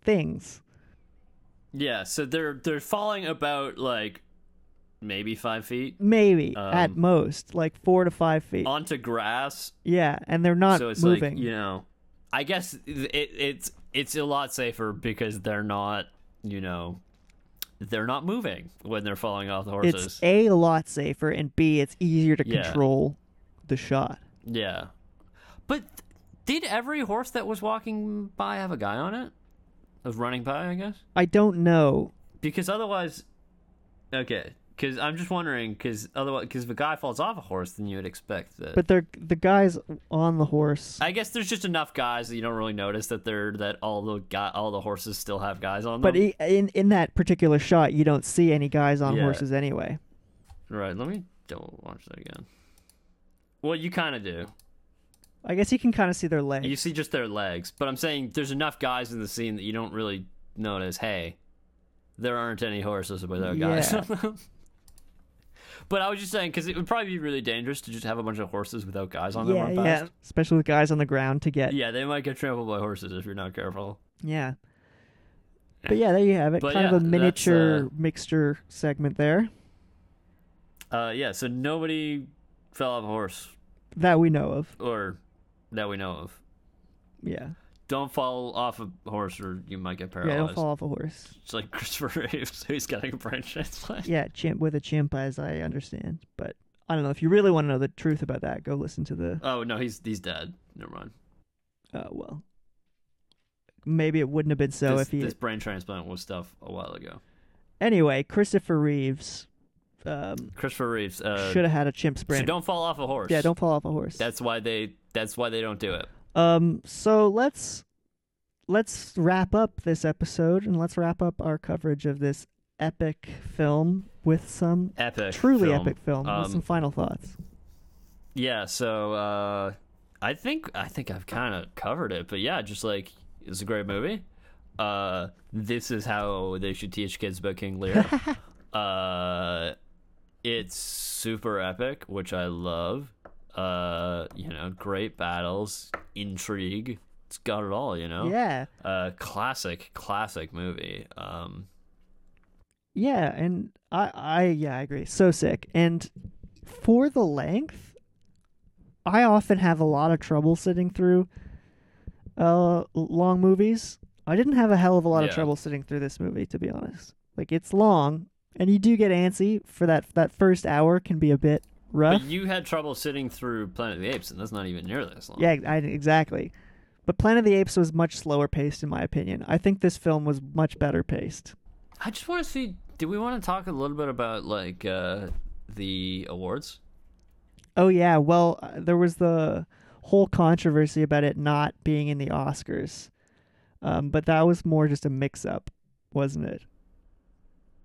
S2: things.
S1: Yeah. So they're they're falling about like maybe five feet
S2: Maybe at
S1: Um,
S2: most, like four to five feet.
S1: onto grass
S2: Yeah, and they're not
S1: so it's
S2: moving.
S1: like you know i guess it, it's it's a lot safer because they're not you know they're not moving when they're falling off the horses
S2: it's a a lot safer, and b it's easier to
S1: Yeah.
S2: control the shot.
S1: yeah but did every horse that was walking by have a guy on it of running by i guess
S2: I don't know.
S1: because otherwise okay because i'm just wondering because otherwise because if a guy falls off a horse then you would expect that
S2: But they're the guys on the horse.
S1: I guess there's just enough guys that you don't really notice that they're that all the guy all the horses still have guys on them.
S2: But e- i in in that particular shot, you don't see any guys on
S1: Yeah.
S2: horses anyway.
S1: Right, let me double watch that again. Well, you kind of do.
S2: I guess you can kind of see their legs.
S1: You see just their legs, but I'm saying there's enough guys in the scene that you don't really notice. Hey, there aren't any horses with our guys.
S2: Yeah.
S1: (laughs) but I was just saying because it would probably be really dangerous to just have a bunch of horses without guys on them.
S2: yeah,
S1: run
S2: yeah.
S1: past.
S2: Especially with guys on the ground to get.
S1: yeah, they might get trampled by horses if you're not careful.
S2: Yeah. But yeah, there you have it.
S1: But
S2: kind
S1: yeah,
S2: of a
S1: that's,
S2: miniature
S1: uh,
S2: mixture segment there
S1: Uh, yeah, so nobody fell off a horse
S2: that we know of.
S1: or that we know of.
S2: Yeah.
S1: Don't fall off a horse or you might get
S2: Yeah,
S1: paralyzed.
S2: don't fall off a horse.
S1: It's like (laughs) Christopher Reeves, who's getting a brain (laughs) transplant.
S2: Yeah, chimp with a chimp, as I understand. But I don't know. If you really want to know the truth about that, go listen to the.
S1: Oh no, he's he's dead. Never mind.
S2: Uh, well, maybe it wouldn't have been so
S1: this,
S2: if he.
S1: this brain transplant was stuff a while ago.
S2: Anyway, Christopher Reeves um,
S1: Christopher Reeves. Uh,
S2: should have had a chimp's brain.
S1: so don't fall off a horse.
S2: yeah, don't fall off a horse.
S1: That's why they. That's why they don't do it.
S2: Um, so let's let's wrap up this episode and let's wrap up our coverage of this epic film with some
S1: Epic.
S2: truly
S1: film.
S2: epic film
S1: Um,
S2: with some final thoughts.
S1: yeah. So uh, I think I think I've kind of covered it, but yeah, just like it's a great movie. Uh, this is how they should teach kids about King Lear. uh, it's super epic, which I love. Uh, you know, great battles, intrigue. It's got it all. You know.
S2: Yeah.
S1: uh classic classic movie um
S2: Yeah, and I, I, yeah, I agree. So sick. And for the length, I often have a lot of trouble sitting through uh long movies. I didn't have a hell of a lot of
S1: Yeah.
S2: trouble sitting through this movie, to be honest. Like it's long, and you do get antsy for that. That first hour can be a bit rough.
S1: but you had trouble sitting through planet of the apes and that's not even nearly this long
S2: Yeah, I, exactly. But Planet of the Apes was much slower paced, in my opinion. I think this film was much better paced.
S1: i just want to see do we want to talk a little bit about like uh the awards
S2: Oh yeah, well uh, there was the whole controversy about it not being in the Oscars, um, but that was more just a mix-up, wasn't it?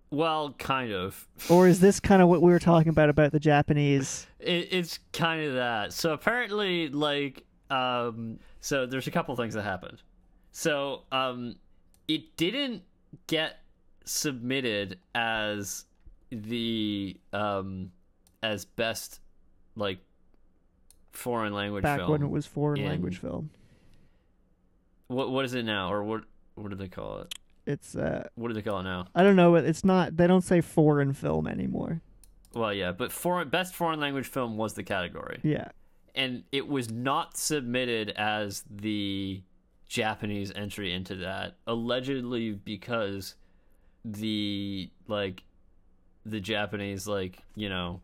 S1: well kind of
S2: Or is this kind of what we were talking about about the Japanese?
S1: it, it's kind of that so apparently like um so there's a couple things that happened so um it didn't get submitted as the um as best like foreign language
S2: Back
S1: film
S2: when it was foreign
S1: in-
S2: language film,
S1: what what is it now or what what do they call it
S2: it's uh,
S1: what do they call it now
S2: I don't know. it- It's not. They don't say foreign film anymore.
S1: well yeah but foreign best foreign language film was the category
S2: Yeah,
S1: and it was not submitted as the Japanese entry into that, allegedly because the like the Japanese like you know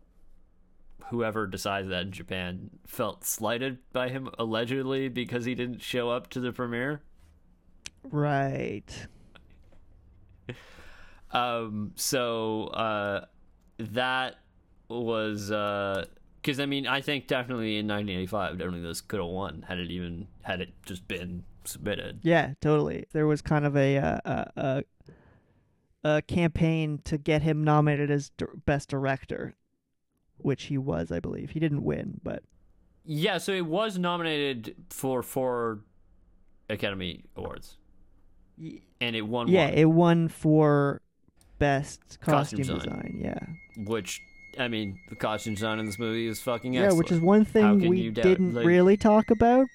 S1: whoever decides that in Japan felt slighted by him allegedly because he didn't show up to the premiere.
S2: right.
S1: Um, so uh, that was because I mean I think definitely in 1985 definitely this could have won had it even had it just been submitted.
S2: Yeah, totally. There was kind of a uh, a, a, a campaign to get him nominated as dir- best director, which he was, I believe. He didn't win, but
S1: Yeah, so it was nominated for four Academy Awards,
S2: y-
S1: and it won
S2: yeah,
S1: one,
S2: it won for best
S1: Costume
S2: costume,
S1: design.
S2: design. Yeah,
S1: which I mean the costume design in this movie is fucking
S2: yeah, which is
S1: excellent.
S2: one
S1: How
S2: thing
S1: can
S2: we
S1: you doubt-
S2: didn't
S1: like-
S2: really talk about,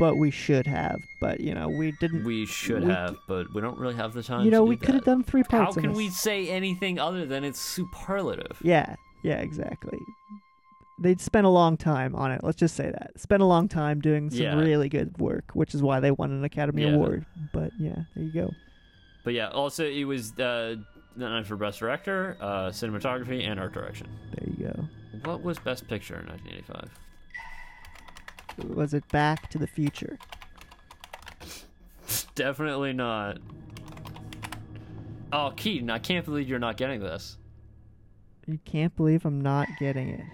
S2: but we should have. But you know, we didn't.
S1: we should
S2: we-
S1: have, but we don't really have the time.
S2: you know,
S1: to do
S2: we could have
S1: that.
S2: done three
S1: How
S2: parts. on
S1: can
S2: this.
S1: we say anything other than it's superlative?
S2: Yeah, yeah, exactly. They'd spent a long time on it. Let's just say that. Spent a long time doing some
S1: Yeah.
S2: really good work, which is why they won an Academy
S1: Yeah.
S2: Award. But yeah, there you go.
S1: But yeah, also it was uh, nominated for best director, uh, cinematography, and art direction.
S2: There you go.
S1: What was best picture in 1985?
S2: Was it Back to the Future?
S1: (laughs) Definitely not. Oh, Keaton, I can't believe you're not getting this.
S2: You can't believe I'm not getting it.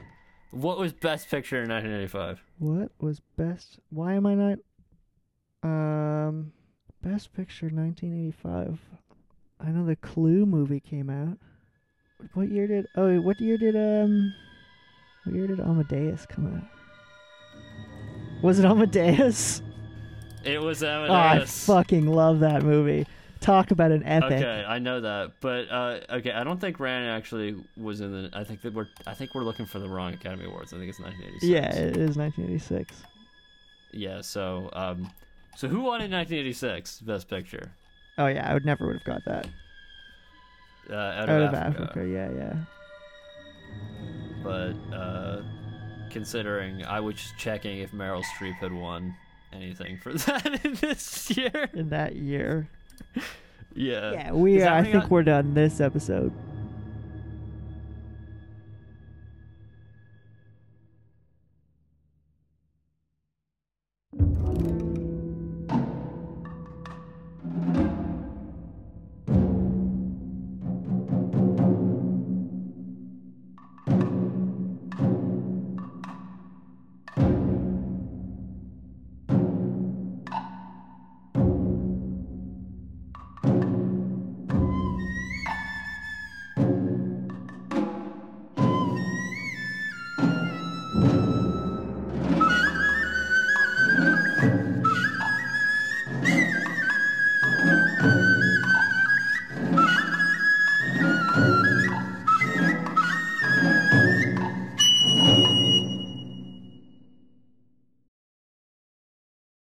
S1: What was best picture in 1985?
S2: What was best? Why am I not? Um, Best Picture 1985. I know the Clue movie came out. What year did? Oh, what year did um? What year did Amadeus come out? Was it Amadeus?
S1: It was
S2: Oh, I
S1: Amadeus.
S2: fucking love that movie. Talk about an epic.
S1: Okay, I know that, but uh, okay, I don't think Ran actually was in the. I think that we're. I think we're looking for the wrong Academy Awards. I think it's 1986.
S2: Yeah, it is 1986.
S1: Yeah. So, um, so who won in 1986 Best Picture?
S2: Oh yeah, I would never would have got that.
S1: Uh, out
S2: Out
S1: of,
S2: of
S1: Africa.
S2: Africa, yeah, yeah.
S1: But uh, considering, I was just checking if Meryl Streep had won anything for (laughs) that in this year.
S2: In that year.
S1: Yeah.
S2: Yeah, we.
S1: Is that
S2: Are, I
S1: when you
S2: think
S1: got-
S2: we're done this episode.